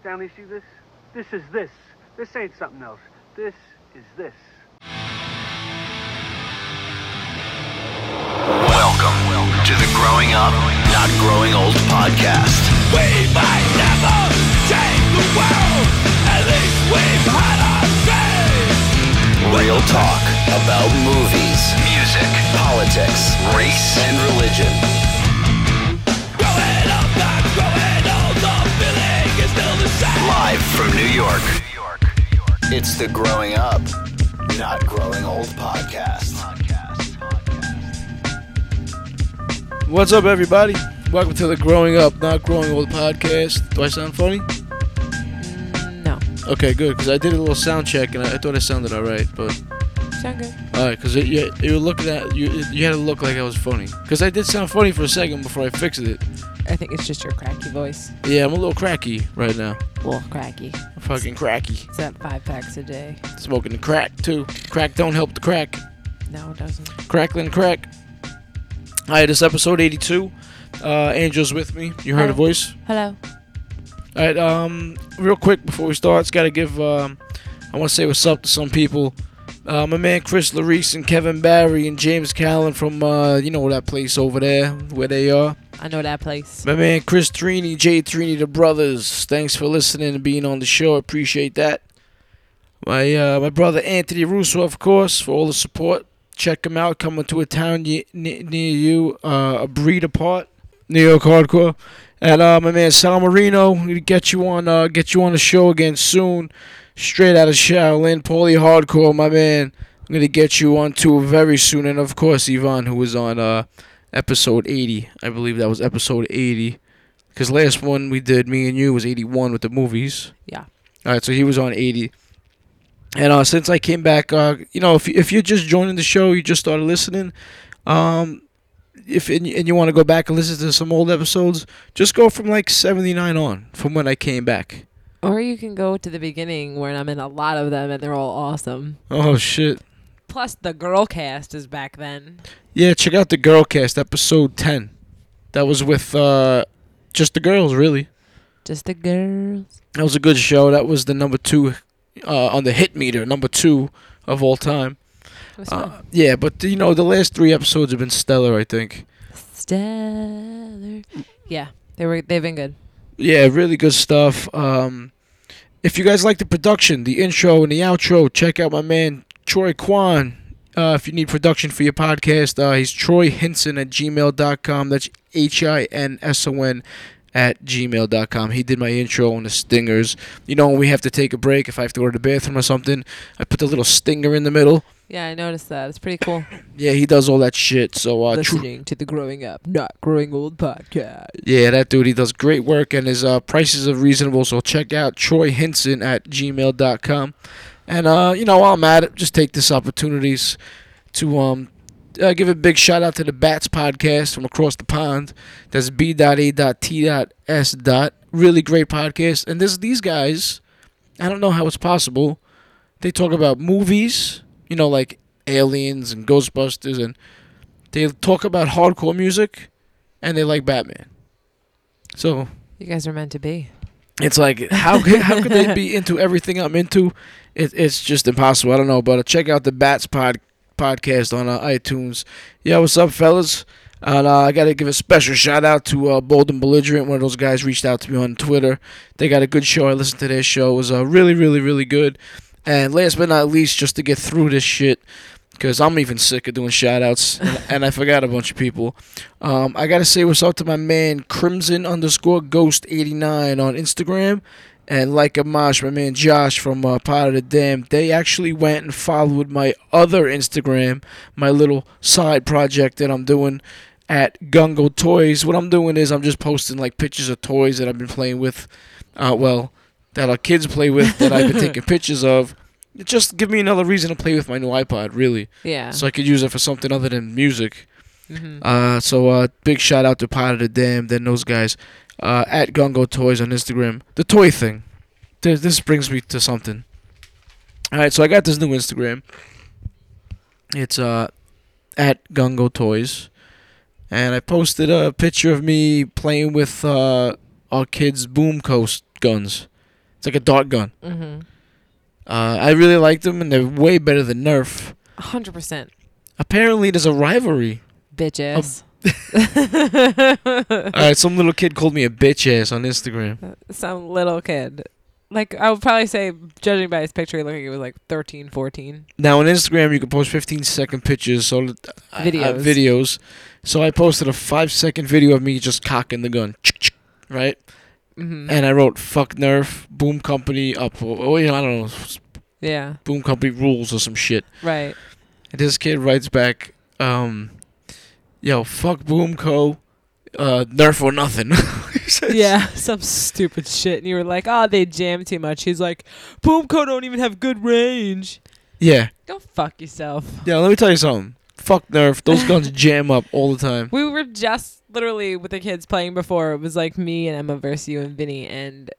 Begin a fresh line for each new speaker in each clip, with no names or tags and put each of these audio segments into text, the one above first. Stanley, see this? This is this. This ain't something else. This is this.
Welcome to the Growing Up, Not Growing Old podcast.
We might never change the world. At least we've had our say.
Real talk about movies, music, politics, race, and religion.
Growing up, not growing old. The feeling is still the same.
Live from New York. It's the Growing Up, Not Growing Old podcast.
What's up, everybody? Welcome to the Growing Up, Not Growing Old podcast. Do I sound funny?
No.
Okay, good, because I did a little sound check and I, I thought I sounded all right, but
Sound good.
all right, because you, you were looking at you, you had to look like I was funny, because I did sound funny for a second before I fixed it.
I think it's just your cracky voice.
Yeah, I'm a little cracky right now.
A little cracky.
I'm fucking cracky,
It's that five packs a day.
smoking the crack too. Crack don't help the crack.
No, it doesn't.
Crackling crack. All right, this episode 82. Uh, Angel's with me. You heard a
Hi.
voice. All
Hello.
right, um, real quick before we start, it's got to give, um, I want to say what's up to some people. Uh, my man Chris Larice and Kevin Barry and James Callen from, uh, you know, that place over there where they are.
I know that place.
My man Chris Trini, Jay Trini, the brothers. Thanks for listening and being on the show. Appreciate that. My uh, my brother Anthony Russo, of course, for all the support. Check him out. Coming to a town ye- ne- near you, uh, a breed apart. New York hardcore. And uh, my man Sal Marino, we get you on uh, get you on the show again soon. Straight out of Shaolin, Paulie Hardcore, my man. I'm gonna get you on too very soon, and of course Yvonne, who was on uh, episode 80. I believe that was episode 80. Because last one we did, me and you, was 81 with the movies.
Yeah.
All right, so he was on 80. And uh, since I came back, uh, you know, if, you- if you're just joining the show, you just started listening, um, if and, you- and you want to go back and listen to some old episodes, just go from like 79 on, from when I came back.
Or you can go to the beginning where I'm in a lot of them and they're all awesome.
Oh, shit.
Plus, the girl cast is back then.
Yeah, check out the Girlcast, episode 10. That was with uh, just the girls, really.
Just the girls.
That was a good show. That was the number two uh, on the hit meter, number two of all time.
It was
Uh,
fun.
yeah, but you know the last three episodes have been stellar. I think.
Stellar. Yeah, they were. They've been good.
Yeah, really good stuff. Um, if you guys like the production, the intro and the outro, check out my man Troy Kwan. Uh, if you need production for your podcast, uh, he's Troy Hinson at gmail.com. That's H I N S O N at gmail.com. He did my intro on the stingers. You know, when we have to take a break, if I have to go to the bathroom or something, I put the little stinger in the middle.
Yeah, I noticed that. It's pretty cool.
Yeah, he does all that shit. So, uh, Tro-
Listening to the Growing Up, Not Growing Old podcast.
Yeah, that dude, he does great work and his uh, prices are reasonable. So check out Troy Hinson at gmail.com. And, uh, you know, while I'm at it, just take this opportunities to um, uh, give a big shout out to the Bats podcast from across the pond. That's B.A.T.S. Really great podcast. And this these guys, I don't know how it's possible. They talk about movies, you know, like Aliens and Ghostbusters, and they talk about hardcore music and they like Batman. So
You guys are meant to be.
it's like how could, how could they be into everything I'm into? It, it's just impossible. I don't know, but uh, check out the Bats pod podcast on uh, iTunes. Yeah, what's up, fellas? And uh, I got to give a special shout out to uh, Bold and Belligerent. One of those guys reached out to me on Twitter. They got a good show. I listened to their show. It was uh, really, really, really good. And last but not least, just to get through this shit, because I'm even sick of doing shout outs, and, and I forgot a bunch of people. Um, I gotta say what's up to my man Crimson underscore Ghost eighty nine on Instagram, and like Amash, my man Josh from uh, Pot of the Dam. They actually went and followed my other Instagram, my little side project that I'm doing at Gungo Toys. What I'm doing is I'm just posting like pictures of toys that I've been playing with, uh, well, that our kids play with that I've been taking pictures of. It Just give me another reason to play with my new iPod, really,
Yeah.
so I could use it for something other than music.
hmm
Uh, so uh, big shout out to Pot of the Dam, then those guys uh, at Gungo Toys on Instagram. The toy thing. This, this brings me to something. All right, so I got this new Instagram. It's uh, at Gungo Toys, and I posted a picture of me playing with uh, our kids' boom coast guns. It's like a dart gun. Mm-hmm. Uh, I really like them, and they're way better than Nerf.
hundred percent,
Apparently, there's a rivalry.
bitch ass.
All right, some little kid called me a bitch ass on Instagram.
Some little kid. Like I would probably say, judging by his picture, he looked like he was like 13, 14.
Now on Instagram, you can post 15 second pictures, so th- I- I-
Videos.
videos. So I posted a five second video of me just cocking the gun, right?
hmm
And I wrote "fuck Nerf, Boom Company up." Oh, you know, I don't know,
Yeah,
Boom Company rules or some shit.
right.
And this kid writes back, um, "Yo, fuck Boom Co, uh, Nerf or nothing." He says-
Yeah, some stupid shit. And you were like, oh, they jam too much. He's like, Boomco don't even have good range.
yeah,
Go fuck yourself.
yeah. Let me tell you something. Fuck Nerf. Those guns jam up all the time.
We were just literally with the kids playing before. It was like me and Emma versus you and Vinny. And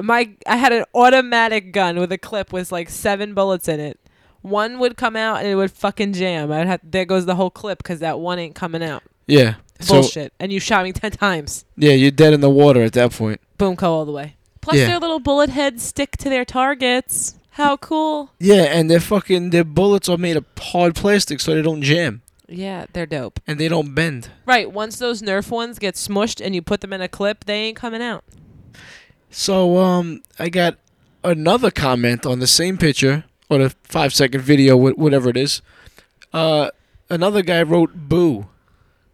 my I had an automatic gun with a clip with like seven bullets in it. One would come out and it would fucking jam. I'd have there goes the whole clip because that one ain't coming out.
Yeah. So
Bullshit. and you shot me ten times.
yeah, you're dead in the water at that point.
Boomco all the way. Plus
Yeah.
their little bullet heads stick to their targets. How cool.
Yeah, and their fucking their bullets are made of hard plastic, so they don't jam
Yeah, they're dope.
and they don't bend.
Right. Once those Nerf ones get smushed and you put them in a clip, they ain't coming out.
So um, I got another comment on the same picture or the five second video, wh- whatever it is. Uh, another guy wrote "boo,"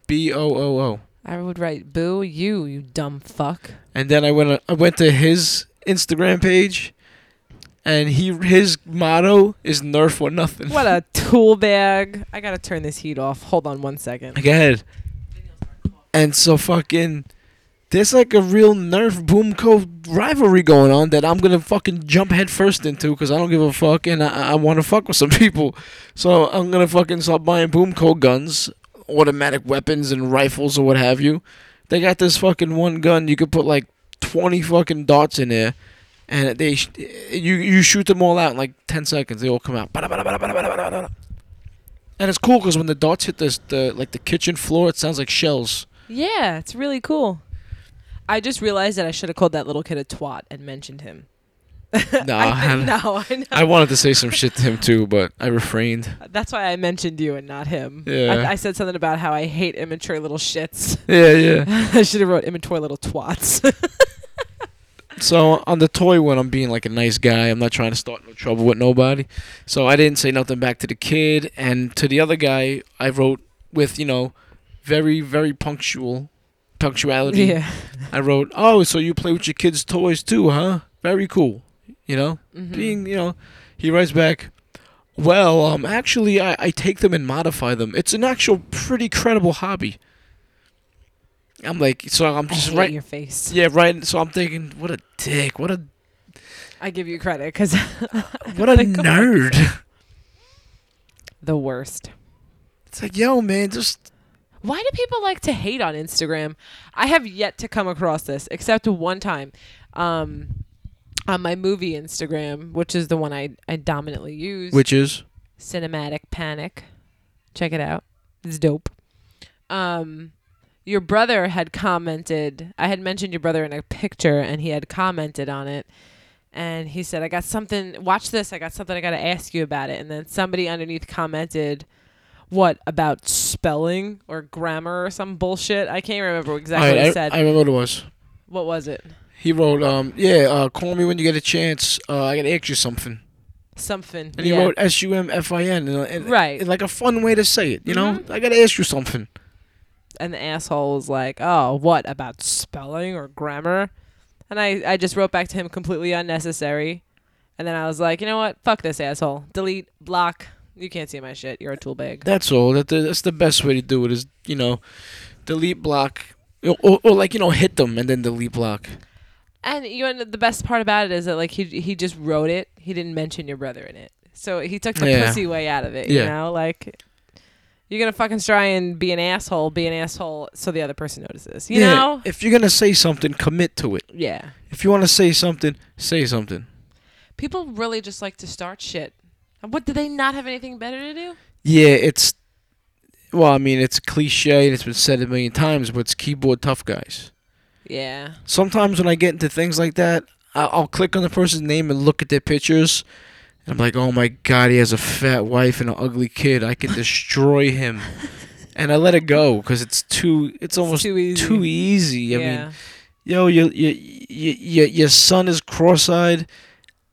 b o o o,
I would write, boo you, you dumb fuck.
and then I went uh, I went to his Instagram page, and he his motto is "Nerf or nothing."
What a tool bag. I got to turn this heat off. Hold on one second.
Go ahead. And so fucking, there's like a real Nerf Boom Co rivalry going on that I'm gonna fucking jump headfirst into because I don't give a fuck and I, I want to fuck with some people. So I'm gonna fucking start buying Boom Co guns, automatic weapons and rifles or what have you. They got this fucking one gun you could put like 20 fucking darts in there. And they, sh- you you shoot them all out in like ten seconds. They all come out. And it's cool because when the darts hit this, the like the kitchen floor, it sounds like shells.
Yeah, it's really cool. I just realized that I should have called that little kid a twat and mentioned him.
Nah,
I
I,
think- no, I know.
I wanted to say some shit to him too, but I refrained.
That's why I mentioned you and not him.
Yeah.
I, I said something about how I hate immature little shits.
Yeah, yeah.
I should have wrote immature little twats.
So on the toy one, I'm being like a nice guy. I'm not trying to start no trouble with nobody. So I didn't say nothing back to the kid and to the other guy. I wrote with you know, very very punctual, punctuality.
yeah.
I wrote, "Oh, so you play with your kids' toys too, huh? Very cool." You know,
Mm-hmm.
being you know, he writes back, "Well, um, actually, I, I take them and modify them. It's an actual pretty credible hobby." I'm like, so I'm
Mm-hmm. I
just
hate
right,
your face.
yeah, right. So I'm thinking, what a dick, what a
I give you credit because
what a nerd.
the worst.
It's like, yo, man, just
Why do people like to hate on Instagram? I have yet to come across this except one time um, on my movie Instagram, which is the one I, I dominantly use.
which is
Cinematic Panic. Check it out. It's dope. Um, your brother had commented. I had mentioned your brother in a picture, and he had commented on it. And he said, "I got something. Watch this. I got something. I got to ask you about it." And then somebody underneath commented, "What about spelling or grammar or some bullshit?" I can't remember exactly
I,
what he
I,
said.
I remember what it was.
what was it?
He wrote, um, yeah, uh, call me when you get a chance. Uh, I gotta ask you something.
Something.
And he
Yeah.
wrote S U M F I N, and- and-
Right. Mm-hmm.
and like a fun way to say it. You know, I gotta ask you something.
and the asshole was like, "Oh, what about spelling or grammar?" And I, I just wrote back to him completely unnecessary. And then I was like, "You know what? Fuck this asshole. Delete, block. You can't see my shit. You're a tool bag."
That's all. That that's the best way to do it is you know, delete block, or, or, or like you know hit them and then delete block.
And you and the best part about it is that like he he just wrote it. He didn't mention your brother in it. So he took the
Yeah.
pussy way out of it, you
Yeah.
know? Like you're going to fucking try and be an asshole, be an asshole so the other person notices. You
yeah,
know?
if you're gonna say something, commit to it.
yeah.
If you want to say something, say something.
People really just like to start shit. What do they not have anything better to do?
Yeah, it's well, I mean it's cliche and it's been said a million times, but it's keyboard tough guys.
Yeah.
Sometimes when I get into things like that, I- I'll click on the person's name and look at their pictures. And I'm like, oh my god, he has a fat wife and an ugly kid. I can destroy him. and I let it go because it's too. It's almost
too
too
easy.
easy. I
yeah.
mean, yo, your your your your son is cross-eyed,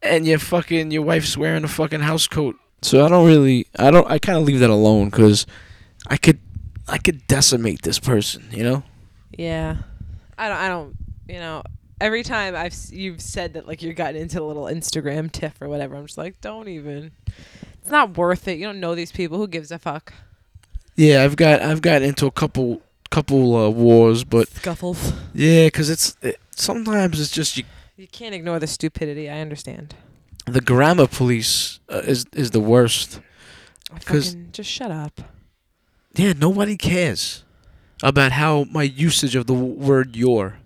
and your fucking your wife's wearing a fucking house coat. So I don't really, I don't, I kind of leave that alone because I could, I could decimate this person, you know.
Yeah, I don't. I don't. You know, every time I've s- you've said that like you've gotten into a little Instagram tiff or whatever, I'm just like, don't even. It's not worth it. You don't know these people. Who gives a fuck?
Yeah, I've got, I've got into a couple, couple uh, wars, but
Scuffles.
yeah, because it's it, sometimes it's just you,
You can't ignore the stupidity. I understand.
the grammar police uh, is is the worst.
I
'Cause-
fucking just shut up.
Yeah, nobody cares about how my usage of the w- word "your."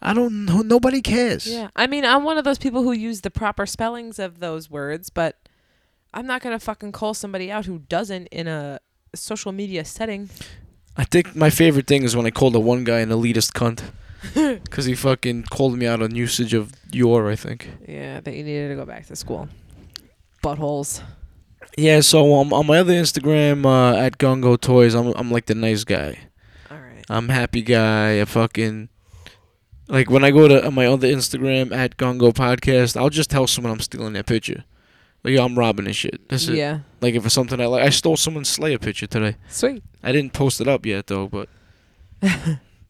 I don't know. Nobody cares.
Yeah, I mean, I'm one of those people who use the proper spellings of those words, but I'm not gonna fucking call somebody out who doesn't in a social media setting.
I think my favorite thing is when I called the one guy an elitist cunt. Because he fucking called me out on usage of your, I think.
Yeah, that you needed to go back to school. Buttholes.
Yeah, so um, on my other Instagram, uh, at Gongo Toys, I'm, I'm like the nice guy.
All right.
I'm happy guy. I fucking. Like when I go to my other Instagram, at Gongo Podcast, I'll just tell someone I'm stealing their picture. Like, yo, I'm robbing this shit. That's it.
Yeah.
Like, if it's something I like. I stole someone's Slayer picture today.
Sweet.
I didn't post it up yet though, but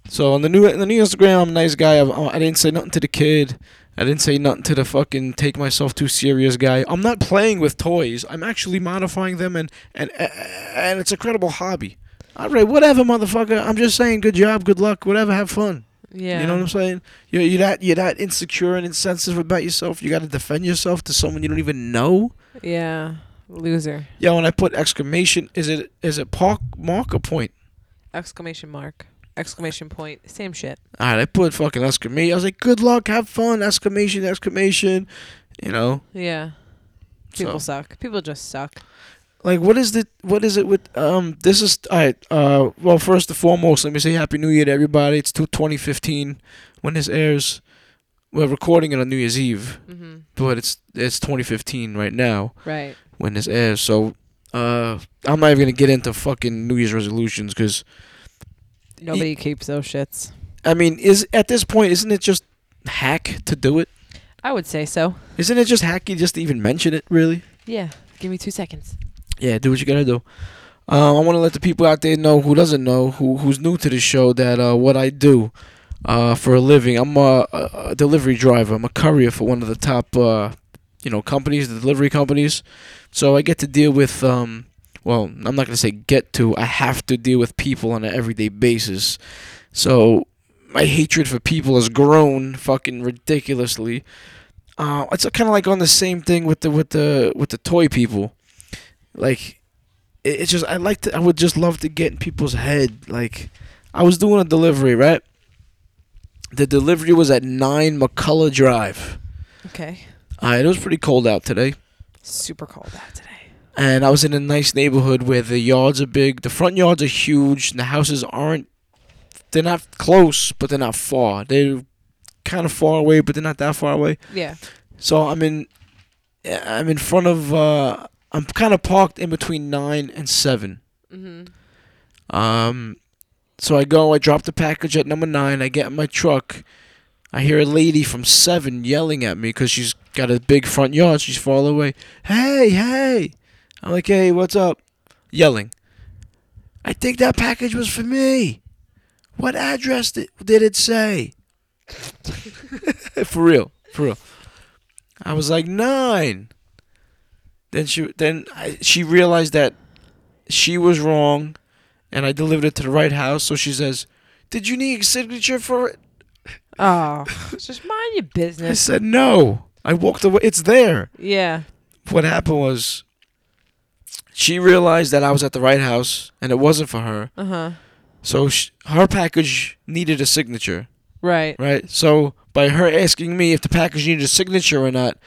so on the new on the new Instagram, I'm a nice guy. I'm, I didn't say nothing to the kid. I didn't say nothing to the fucking take myself too serious guy. I'm not playing with toys. I'm actually modifying them, and and and it's a credible hobby. All right, whatever, motherfucker. I'm just saying, good job, good luck, whatever. Have fun.
Yeah.
You know what I'm saying? You're, you're that you're that insecure and insensitive about yourself. You got to defend yourself to someone you don't even know.
Yeah. Loser.
Yeah, when I put exclamation, is it is it park marker point?
Exclamation mark. Exclamation point. Same shit.
All right, I put fucking exclamation. I was like, good luck, have fun, exclamation, exclamation. You know,
Yeah. People
So.
suck. People just suck.
like what is the what is it with um? This is all right. Uh, well, first and foremost, let me say Happy New Year to everybody. It's two twenty fifteen when this airs. We're recording it on New Year's Eve,
hmm
but it's it's twenty fifteen right now
Right.
when this airs. So, uh, I'm not even gonna get into fucking New Year's resolutions because
Nobody keeps those shits.
I mean, is at this point, isn't it just hack to do it?
I would say so.
Isn't it just hacky just to even mention it, really?
Yeah. Give me two seconds.
Yeah, do what you gotta do. Uh, I want to let the people out there know who doesn't know, who who's new to the show, that uh, what I do uh, for a living. I'm a, a a delivery driver. I'm a courier for one of the top, uh, you know, companies, the delivery companies. So I get to deal with, um, well, I'm not gonna say get to. I have to deal with people on an everyday basis. So my hatred for people has grown fucking ridiculously. Uh, it's kind of like on the same thing with the with the with the toy people like it, it's just I like to I would just love to get in people's head. Like I was doing a delivery, right? The delivery was at nine McCullough Drive.
Okay.
Uh, it was pretty cold out today,
Super cold out today.
and I was in a nice neighborhood where the yards are big, the front yards are huge, and the houses aren't. They're not close, but they're not far. They're kind of far away, but they're not that far away.
Yeah.
So I'm in, I'm in front of. Uh, I'm kind of parked in between nine and seven.
Mm-hmm.
Um, so I go, I drop the package at number nine. I get in my truck. I hear a lady from seven yelling at me because she's got a big front yard. She's far away. Hey, hey! I'm like, hey, what's up? Yelling. I think that package was for me. What address did, did it say? for real, for real. I was like nine. Then she then I, she realized that she was wrong and I delivered it to the right house. So she says, "Did you need a signature for it?"
Oh. just mind your
I
business.
said, "No." I walked away. It's there.
Yeah.
What happened was, she realized that I was at the right house, and it wasn't for her.
Uh huh.
So sh her package needed a signature,
Right.
right? So by her asking me if the package needed a signature or not,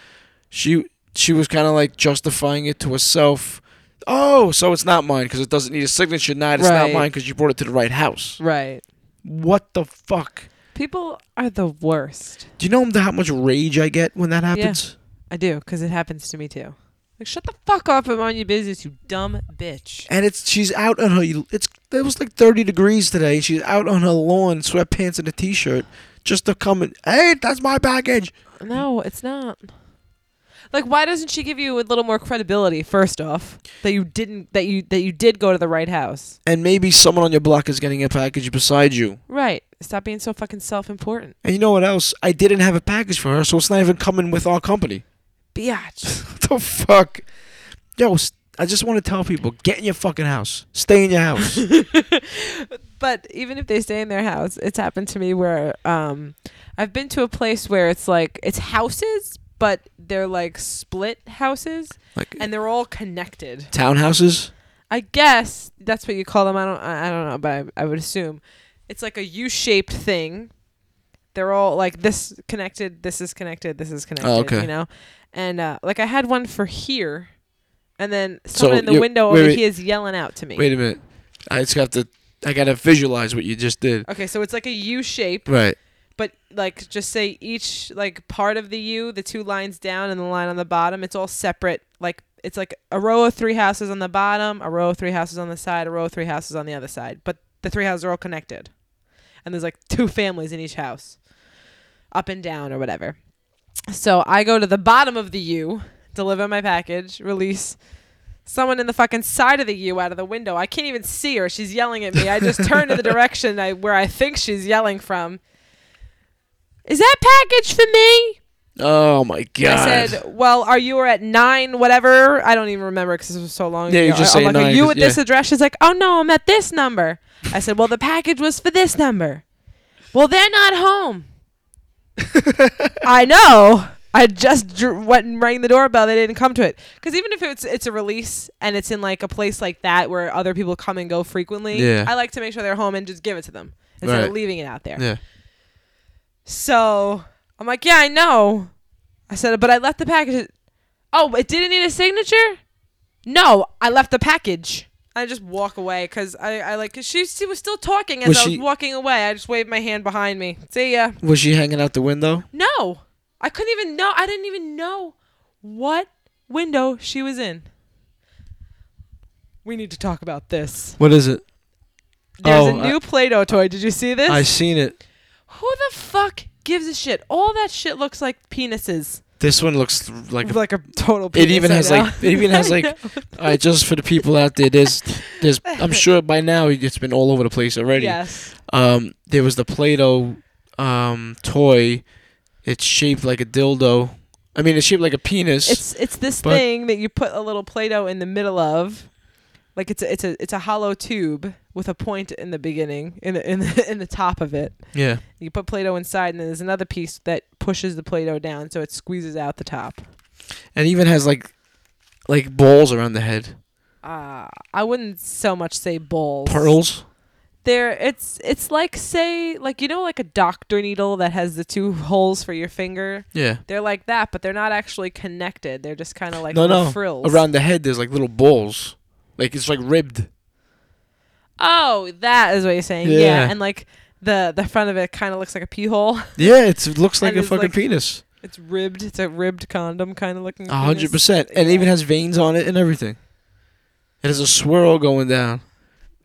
she she was kind of like justifying it to herself. Oh, so it's not mine because it doesn't need a signature. Not it's
Right.
not mine because you brought it to the right house.
Right.
What the fuck?
People are the worst.
Do you know how much rage I get when that happens?
I do, because it happens to me too. Like, shut the fuck up and mind your business, you dumb bitch.
And it's she's out on her. It's it was like thirty degrees today. She's out on her lawn, sweatpants and a t-shirt, just to come and hey, that's my package.
No, it's not. Like, why doesn't she give you a little more credibility? First off, that you didn't, that you that you did go to the right house.
And maybe someone on your block is getting a package beside you.
Right. Stop being so fucking self-important,
And you know what else? I didn't have a package for her, so it's not even coming with our company.
biatch.
What the fuck? Yo, s- I just want to tell people: get in your fucking house. Stay in your house.
but even if they stay in their house, it's happened to me where um, I've been to a place where it's like it's houses, but they're like split houses,
like
and they're all connected.
townhouses.
I guess that's what you call them. I don't. I I don't know, but I, I would assume it's like a U-shaped thing. They're all like this connected. This is connected. This is connected.
Oh, okay.
You know, and uh, like I had one for here, and then
So
someone in the
you-
window
wait,
over
wait.
here is yelling out to me.
Wait a minute. I just have to. I gotta visualize what you just did.
Okay, so it's like a U shape,
Right.
but like just say each like part of the U, the two lines down and the line on the bottom, it's all separate. Like it's like a row of three houses on the bottom, a row of three houses on the side, a row of three houses on the other side, but the three houses are all connected. And there's like two families in each house, up and down or whatever. So I go to the bottom of the U, deliver my package, release. Someone in the fucking side of the U out of the window. I can't even see her. She's yelling at me. I just turn to the direction I, where I think she's yelling from. Is that package for me?
Oh my god.
I said, "Well, are you at nine? Whatever. I don't even remember because this was so long
Yeah, you
ago.
just
I,
say
I'm like, are
nine,
you
'cause-
at this
yeah.
address?" She's like, "Oh no, I'm at this number." I said, "Well, the package was for this number." Well, they're not home. I know. I just dr- went and rang the doorbell. They didn't come to it because even if it's it's a release and it's in like a place like that where other people come and go frequently,
Yeah.
I like to make sure they're home and just give it to them instead
Right.
of leaving it out there.
yeah.
So I'm like, yeah, I know. I said, but I left the package. Oh, it didn't need a signature? No, I left the package. I just walk away because I, I like, 'cause she, she was still talking as
Was
I
she-
was walking away. I just waved my hand behind me. See ya.
Was she hanging out the window?
No, I couldn't even know. I didn't even know what window she was in. We need to talk about this.
What is it?
There's
Oh,
a new Play Doh toy. Did you see this?
I seen it.
Who the fuck gives a shit? All that shit looks like penises.
This one looks th- like a,
like a total.
it
Penis
even
right
has
now.
like it even has like. All right, just for the people out there, there's there's I'm sure by now it's been all over the place already.
yes,
Um, there was the Play-Doh um toy. It's shaped like a dildo. I mean, it's shaped like a penis.
it's it's this
But-
thing that you put a little Play-Doh in the middle of, like it's a, it's a it's a hollow tube with a point in the beginning in the, in the, in the top of it.
yeah.
You put Play-Doh inside, and then there's another piece that pushes the Play-Doh down, so it squeezes out the top.
and even has like like balls around the head,
Uh, I wouldn't so much say bowls.
pearls.
There, it's it's like say like you know like a doctor needle that has the two holes for your finger.
Yeah.
They're like that, but they're not actually connected. They're just kind of like
no,
little
no.
frills
Around the head, there's like little balls. Like it's like ribbed.
Oh, that is what you're saying. Yeah,
Yeah.
and like the the front of it kind of looks like a pee hole.
Yeah, it's, it looks like
And
a
it's
fucking
like-
penis.
It's ribbed. It's a ribbed condom kind of looking.
A hundred
penis.
percent, and it even has veins on it and everything. It has a swirl going down.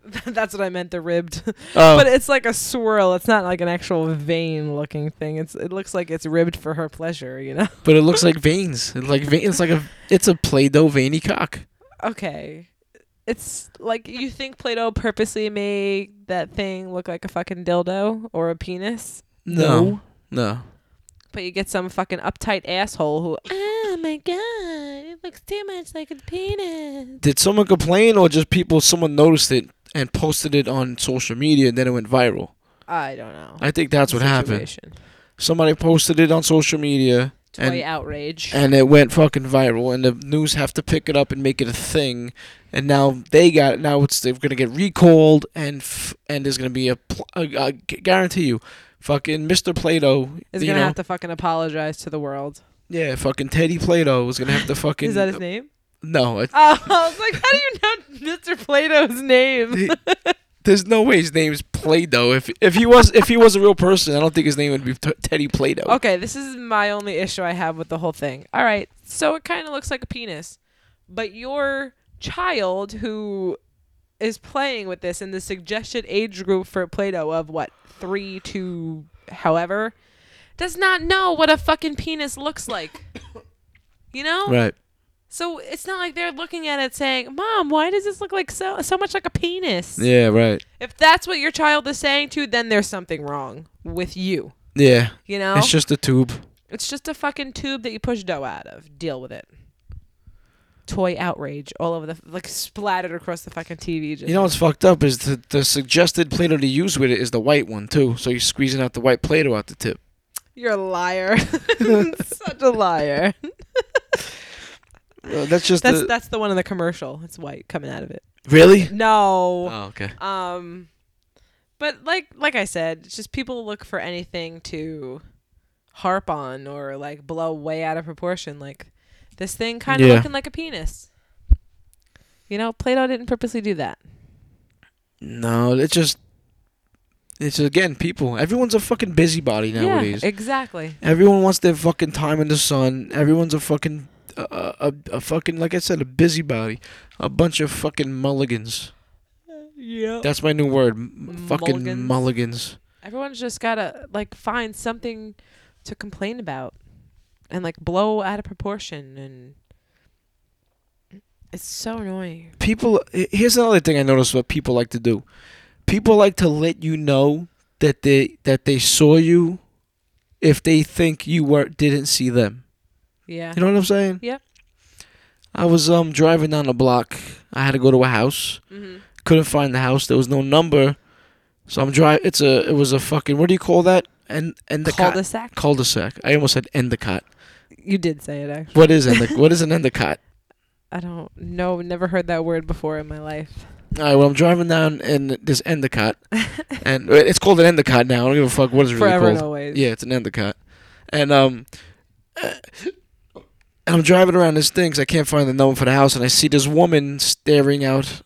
That's what I meant. The ribbed,
Oh,
but it's like a swirl. It's not like an actual vein looking thing. It's it looks like it's ribbed for her pleasure. You know.
but it looks like veins. It's like vein, it's like a it's a play-doh veiny cock.
Okay. It's like you think Plato purposely made that thing look like a fucking dildo or a penis.
No, no.
But you get some fucking uptight asshole who, oh my god, it looks too much like a penis.
Did someone complain or just people? Someone noticed it and posted it on social media, and then it went viral.
I don't know.
I think that's what happened.
happened.
Somebody posted it on social media,
Toy
and
outrage.
and it went fucking viral and the news have to pick it up and make it a thing and now they got now it's they're gonna get recalled and f- and there's gonna be a pl- I I gu- guarantee you fucking mr plato
is
you
gonna
know,
have to fucking apologize to the world.
yeah fucking teddy plato is gonna have to fucking
Is that his name?
no it-
Oh, I was like, how do you know Mr. Plato's name?
he, There's no way his name's Play-Doh. If if he was if he was a real person, I don't think his name would be T- Teddy Play-Doh.
Okay, this is my only issue I have with the whole thing. All right, so it kind of looks like a penis, but your child who is playing with this in the suggested age group for Play-Doh of what three to however does not know what a fucking penis looks like. You know,
Right.
so it's not like they're looking at it saying, "Mom, why does this look like so so much like a penis?"
Yeah. Right.
If that's what your child is saying to, then there's something wrong with you.
Yeah.
You know,
It's just a tube.
it's just a fucking tube that you push dough out of. Deal with it. Toy outrage all over the like splattered across the fucking TV. Just
You know what's fucked up is the, the suggested Play-Doh to use with it is the white one too. So you're squeezing out the white Play-Doh out the tip.
you're a liar. Such a liar.
Uh, that's just
That's
the,
that's the one in the commercial. It's white coming out of it.
really.
No.
Oh, okay.
Um, but like like I said, it's just people look for anything to harp on or like blow way out of proportion. Like this thing kind of
Yeah.
looking like a penis. You know, Plato didn't purposely do that.
No, it's just it's again people. Everyone's a fucking busybody nowadays.
Yeah, exactly.
Everyone wants their fucking time in the sun. Everyone's a fucking a, a, a fucking like I said a busybody, a bunch of fucking mulligans.
Yeah.
That's my new word. M-
Mulligans?
Fucking mulligans.
Everyone's just gotta like find something to complain about and like blow out of proportion and it's so annoying.
People. h- Here's another thing I noticed. What people like to do. People like to let you know that they that they saw you, if they think you were didn't see them.
Yeah.
You know what I'm saying?
Yeah.
I was um driving down the block. I had to go to a house.
mm-hmm.
couldn't find the house. There was no number, so I'm driving. It's a it was a fucking what do you call that? And and the
Cul-de-sac.
cul-de-sac. I almost said Endicott.
You did say it actually.
What is Endic- What is an Endicott?
I don't know. Never heard that word before in my life.
All right, well I'm driving down in this Endicott, and uh, it's called an Endicott now. I don't give a fuck what it's really
Forever and
called.
always.
Yeah, it's an Endicott, and um. And I'm driving around this thing 'cause I can't find the number for the house, and I see this woman staring out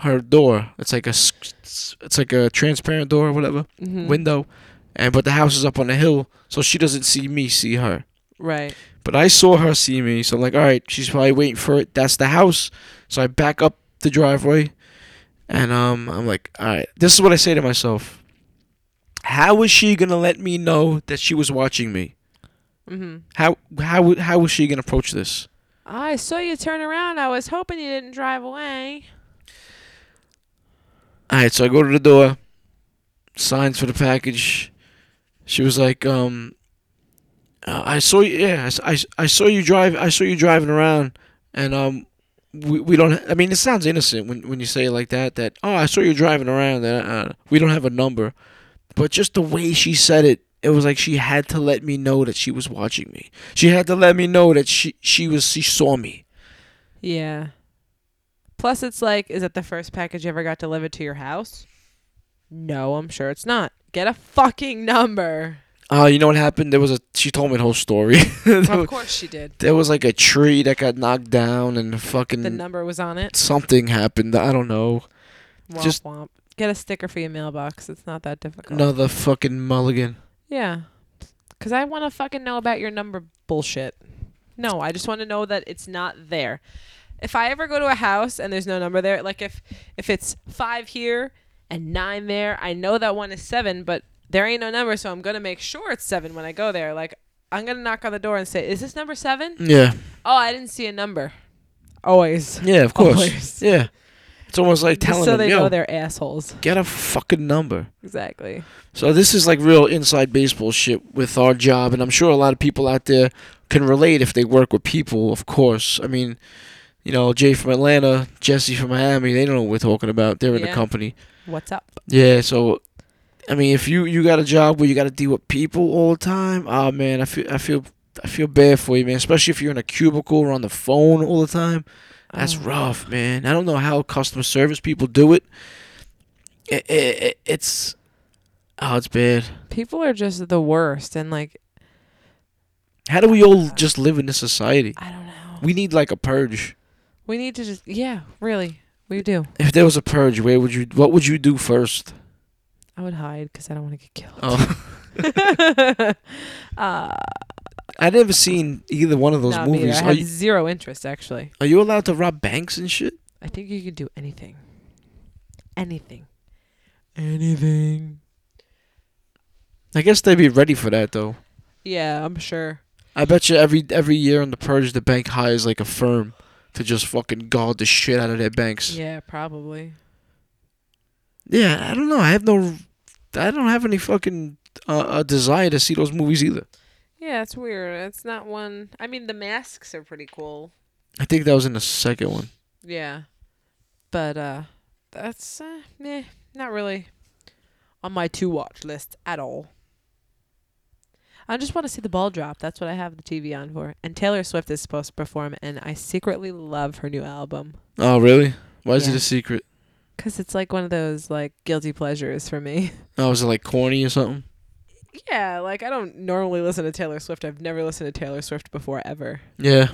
her door. It's like a, s- s- it's like a transparent door or whatever.
Mhm.
window, and but the house is up on a hill, so she doesn't see me see her.
Right.
But I saw her see me, so I'm like, all right, she's probably waiting for it. That's the house. So I back up the driveway, and um, I'm like, all right, this is what I say to myself. How is she gonna let me know that she was watching me?
Mhm.
How how how is she gonna approach this?
I saw you turn around. I was hoping you didn't drive away.
All right, so I go to the door, signs for the package. She was like, um, uh, I saw you. Yeah, I s- I, s- I saw you drive. I saw you driving around, and um, we, we don't. I mean, it sounds innocent when when you say it like that. That oh, I saw you driving around. And uh, we don't have a number, but just the way she said it, it was like she had to let me know that she was watching me. She had to let me know that she she was she saw me.
Yeah. Plus, it's like, is it the first package you ever got delivered to your house? No, I'm sure it's not. Get a fucking number.
Uh, you know what happened? There was a. She told me the whole story.
of course she did.
there was like a tree that got knocked down and fucking
The number was on it.
something happened. I don't know.
Womp
Just-
womp. Get a sticker for your mailbox. It's not that difficult.
Another fucking mulligan.
Yeah. Because I want to fucking know about your number bullshit. No, I just want to know that it's not there. If I ever go to a house and there's no number there, like if if it's five here and nine there, I know that one is seven, but there ain't no number, so I'm gonna make sure it's seven when I go there. Like I'm gonna knock on the door and say, "Is this number seven?
Yeah.
Oh, I didn't see a number. Always.
Yeah, of course.
Always.
Yeah. It's almost like telling
so
them,
they know
yo,
they're assholes.
get a fucking number.
Exactly.
So this is like real inside baseball shit with our job, and I'm sure a lot of people out there can relate if they work with people. Of course, I mean, you know, Jay from Atlanta, Jesse from Miami, they don't know what we're talking about. They're in
Yeah.
the company.
What's up?
Yeah, so I mean, if you you got a job where you got to deal with people all the time, oh man, I feel I feel I feel bad for you, man. Especially if you're in a cubicle or on the phone all the time. That's
Oh.
rough, man. I don't know how customer service people do it. It, it, it it's oh, it's bad.
People are just the worst, and like
How do we all just live in this society?
I don't know.
We need like a purge.
We need to just yeah, really. We do.
If there was a purge, where would you? What would you do first?
I would hide because I don't want to get killed.
Oh,
uh,
I never seen either one of those
not me either.
movies.
I
Are
have
you,
zero interest, actually.
are you allowed to rob banks and shit?
I think you could do anything. Anything. Anything.
I guess they'd be ready for that though.
Yeah, I'm sure.
I bet you every every year on the purge, the bank hires like a firm to just fucking guard the shit out of their banks. Yeah,
Yeah, probably.
I don't know. I have no, I don't have any fucking uh, uh, desire to see those movies either.
Yeah, it's weird. It's not one. I mean, the masks are pretty cool.
I think that was in the second one.
Yeah. But uh that's uh meh, not really on my to watch list at all. I just want to see the ball drop. That's what I have the TV on for. And Taylor Swift is supposed to perform and I secretly love her new album
Oh really? Why is
Yeah.
it a secret?
cuz it's like one of those like guilty pleasures for me.
Oh, is it like corny or something?
yeah, like I don't normally listen to Taylor Swift. I've never listened to Taylor Swift before ever.
Yeah.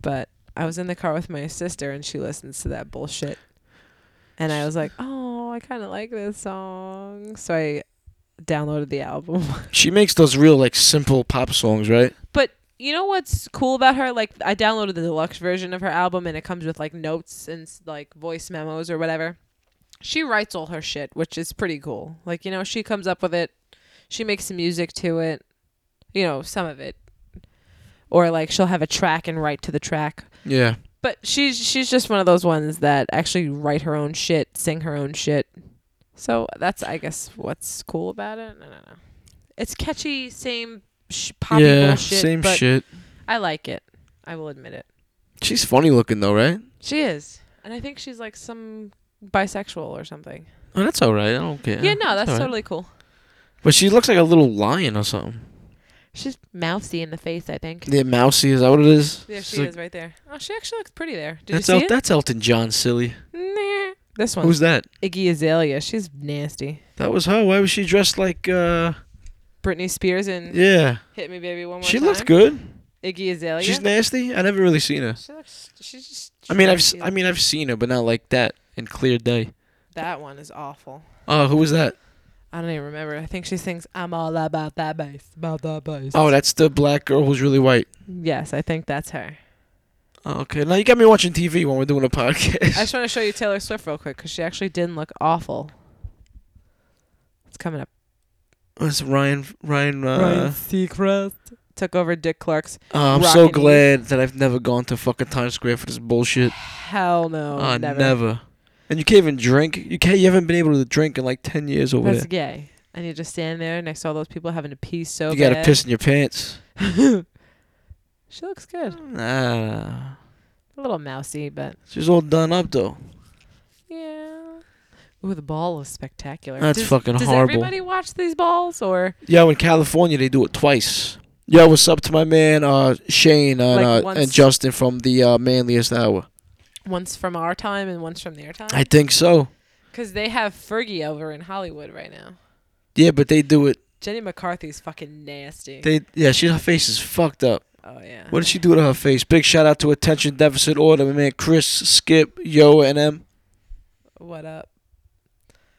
but I was in the car with my sister and she listens to that bullshit. And I was like, "Oh, I kind of like this song." So I downloaded the album.
She makes those real like simple pop songs, right?
But you know what's cool about her? Like I downloaded the deluxe version of her album and it comes with like notes and s- like voice memos or whatever. She writes all her shit, which is pretty cool. Like, you know, she comes up with it. She makes some music to it. You know, some of it. Or like she'll have a track and write to the track.
Yeah.
But she's she's just one of those ones that actually write her own shit, sing her own shit. So that's I guess what's cool about it. I don't know. It's catchy, same sh- poppy
yeah.
bullshit.
same
but
shit.
I like it. I will admit it.
She's funny looking though, right?
She is, and I think she's like some bisexual or something.
Oh, that's all right. I don't care.
Yeah, no, that's
all right.
totally cool.
But she looks like a little lion or something.
She's mousy in the face, I think.
Yeah, mousy is that what it is?
There
She's
she
like-
is, right there. Oh, she actually looks pretty there. Did
That's
you see
El- that's Elton John, silly.
it? Nah. This one,
Who's that?
Iggy Azalea. She's nasty.
That was her. Why was she dressed like? uh
Britney Spears and
Yeah,
Hit Me Baby Mm. One More
she
Time.
looked good.
Iggy Azalea.
She's nasty. I never really seen her.
she looks. She's just.
I mean, I've s-
trashy.
I mean I've seen her, but not like that in clear day.
that one is awful.
Oh, who was that?
I don't even remember. I think she sings "I'm all about that bass, about that bass."
Oh, that's the black girl who's really white.
yes, I think that's her.
Oh, okay, now you got me watching TV when we're doing a podcast.
I just want to show you Taylor Swift real quick because she actually didn't look awful. It's coming up.
It's Ryan. Ryan. Uh,
Seacrest took over Dick Clark's.
oh, I'm so
Rockin'
glad that I've never gone to fucking Times Square for this bullshit.
Hell no,
Uh,
Oh, never.
And you can't even drink. You can't. You haven't been able to drink in like ten years over
That's
there.
gay. And you just stand there next to all those people having to pee so
You gotta
bad.
piss in your pants.
She looks good.
Nah.
A little mousy, but
She's all done up though.
Yeah. Ooh, the ball is spectacular.
That's
Does-
fucking
does
horrible.
everybody watch these balls or
Yo, in California they do it twice. Yo, what's up to my man uh Shane uh,
Like
and, uh,
once-
and Justin from the uh, Manliest Hour?
once from our time and once from their
I
time?
think so.
Because they have Fergie over in Hollywood right now.
Yeah, but they do it.
Jenny McCarthy's fucking nasty.
They yeah, she her face is fucked up.
oh yeah.
What did she do to her face? Big shout out to Attention Deficit Order, my man Chris, Skip, Yo, and M.
What up?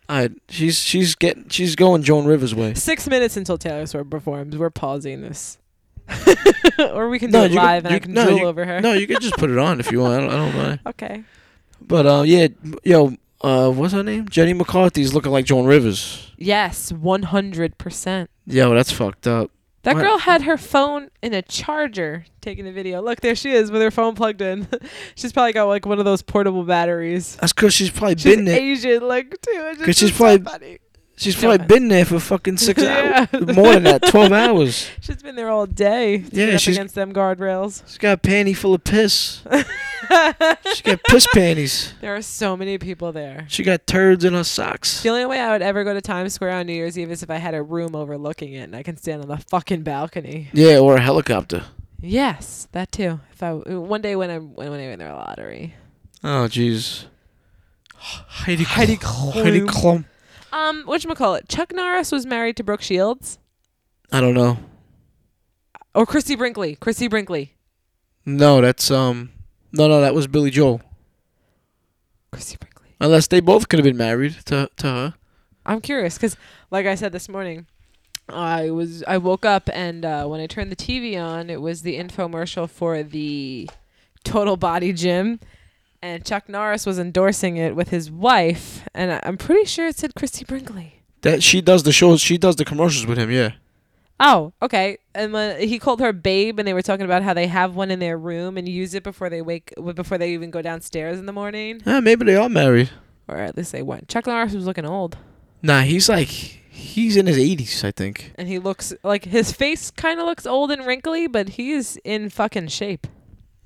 I she's she's getting she's going Joan Rivers way.
Six minutes until Taylor Swift performs. We're pausing this. or we can
No,
do it
you can-
live and
you
I
can-
can
no,
drool
you-
over her.
No, you can just put it on if you want. I don't, I don't mind.
Okay.
But uh, yeah, yo, uh, what's her name? Jenny McCarthy's looking like Joan Rivers.
Yes, one hundred percent.
Yo, that's fucked up.
That
What?
girl had her phone in a charger taking a video. Look, there she is with her phone plugged in. She's probably got like one of those portable batteries.
That's because she's probably
She's
been there.
Asian, like too. It's just
'Cause she's
so
probably-
funny.
she's
no,
probably
I-
been there for fucking six
Yeah.
hours, more than that, twelve hours.
She's been there all day. to
Yeah,
get up
she's-
against them guardrails.
She's got a panty full of piss. she got piss panties.
There are so many people there.
She got turds in her socks.
The only way I would ever go to Times Square on New Year's Eve is if I had a room overlooking it and I can stand on the fucking balcony.
Yeah, or a helicopter.
Yes, that too. If I one day when I when, when I win the lottery.
Oh, jeez. Heidi
Heidi
Klum. Heidi
Klum.
Klum.
Um, whatchamacallit? Chuck Norris was married to Brooke Shields.
I don't know.
Or Christy Brinkley. Christy Brinkley.
No, that's um. No, no, that was Billy Joel.
Christy Brinkley.
Unless they both could have been married to to her.
I'm curious because, like I said this morning, I was I woke up and uh, when I turned the TV on, it was the infomercial for the Total Body Gym, and Chuck Norris was endorsing it with his wife, and I- I'm pretty sure it said Christy Brinkley.
That she does the shows. She does the commercials with him. Yeah.
Oh, okay. And when he called her babe, and they were talking about how they have one in their room and use it before they wake before they even go downstairs in the morning,
Eh, maybe they are married.
or at least they went. Chuck Norris was looking old.
Nah, he's like he's in his eighties, I think.
and he looks like his face kind of looks old and wrinkly, but he's in fucking shape.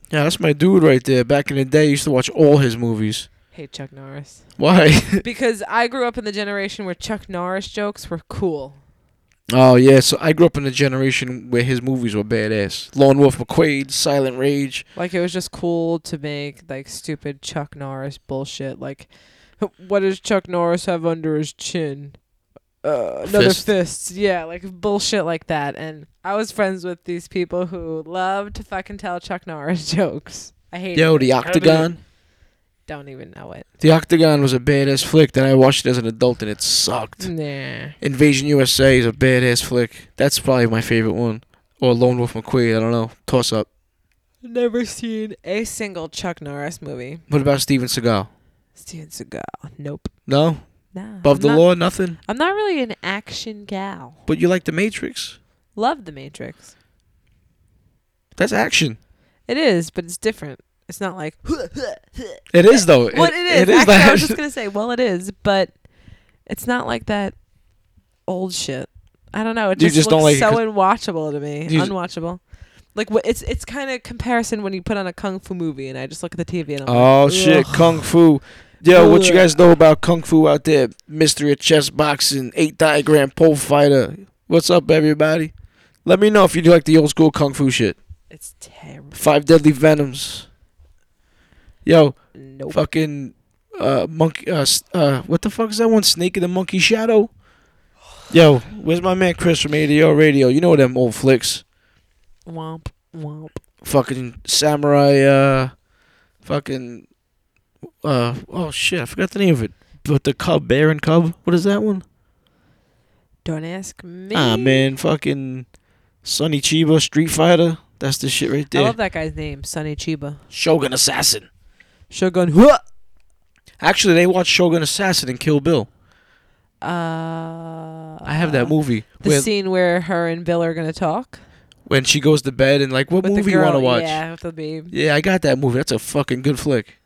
Yeah, that's my dude right there. Back in the day, I used to watch all his movies.
Hate Chuck Norris
Why?
because I grew up in the generation where Chuck Norris jokes were cool.
oh yeah, so I grew up in a generation where his movies were badass. Lone Wolf McQuade, Silent Rage.
Like it was just cool to make like stupid Chuck Norris bullshit. Like, what does Chuck Norris have under his chin? Uh, another
Fist.
fist. Yeah, like bullshit like that. And I was friends with these people who loved to fucking tell Chuck Norris jokes. I hate.
Yo, the Octagon.
Don't even know it.
The Octagon was a badass flick. Then I watched it as an adult, and it sucked.
Nah.
Invasion USA is a badass flick. That's probably my favorite one. Or Lone Wolf McQuade. I don't know. Toss up.
Never seen a single Chuck Norris movie.
What about Steven Seagal?
Steven Seagal. Nope.
No,
Nah.
above
I'm
the
not-
law, nothing.
I'm not really an action gal.
But you like The Matrix?
Love The Matrix.
That's action.
It is, but it's different. It's not like what
It is though.
it is.
It is
Actually,
that.
I was just gonna say, well, it is, but it's not like that old shit. I don't know. It
You
just,
just
looks
don't like it
so
'cause-
unwatchable to me.
You just-
Unwatchable. Like wh- it's it's kind of comparison when you put on a kung fu movie and I just look at the TV and I'm
oh
like,
shit,
"Ugh."
kung fu. Yo, what you
Ugh.
guys know about kung fu out there? Mystery of chess boxing, eight diagram pole fighter. What's up, everybody? Let me know if you do like the old school kung fu shit.
It's terrible.
Five deadly venoms. Yo,
Nope.
fucking uh monkey uh, s- uh what the fuck is that one snake in the monkey shadow yo where's my man chris from adr radio you know them old flicks
Womp womp.
fucking samurai uh fucking uh oh shit i forgot the name of it but the cub bear and cub what is that one
Don't ask me.
ah man fucking sonny chiba street fighter that's the shit right
I
there
love that guy's name, Sonny Chiba.
shogun assassin
Shogun. Hua!
actually they watched shogun assassin and kill bill
Uh,
i have that movie
The
where
scene where her and Bill are gonna talk.
when she goes to bed and like what
with
movie
the
you
girl.
want to watch
Yeah, with the babe.
Yeah, I got that movie. That's a fucking good flick.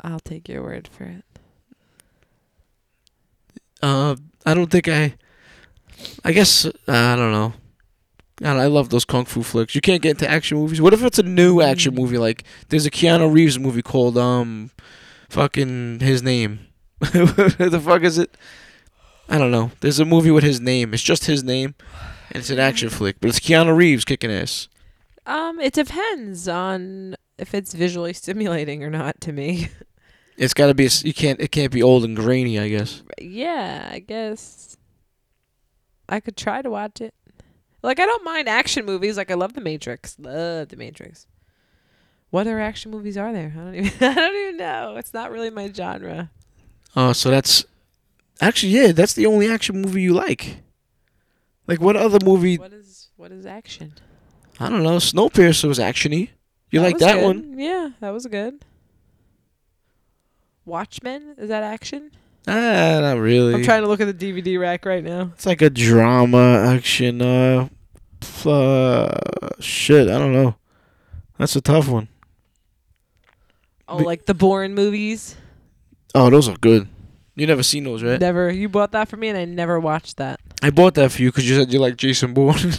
I'll take your word for it.
Uh, I don't think I. I guess uh, I don't know. God, I love those kung fu flicks. You can't get into action movies. What if it's a new action movie? Like there's a Keanu Reeves movie called um, fucking his name. what the fuck is it? I don't know. There's a movie with his name. It's just his name, and it's an action flick. But it's Keanu Reeves kicking ass.
Um, it depends on if it's visually stimulating or not to me.
It's got to be. a s you can't. It can't be old and grainy. I guess.
yeah, I guess I could try to watch it. Like I don't mind action movies. Like I love The Matrix. Love The Matrix. What other action movies are there? I don't even. I don't even know. It's not really my genre.
Oh, so that's actually yeah, that's the only action movie you like. Like what other movie?
What is what is action?
I don't know. Snowpiercer was actiony. You like
was
that
good.
one?
Yeah, that was good. Watchmen is that action?
Ah, not really.
I'm trying to look at the DVD rack right now.
It's like a drama action. Uh, f- uh, shit. I don't know. That's a tough one.
Oh,
Be-
like the Bourne movies.
Oh, those are good. You never seen those, right?
Never. You bought that for me, and I never watched that.
I bought that for you because you said you like Jason Bourne.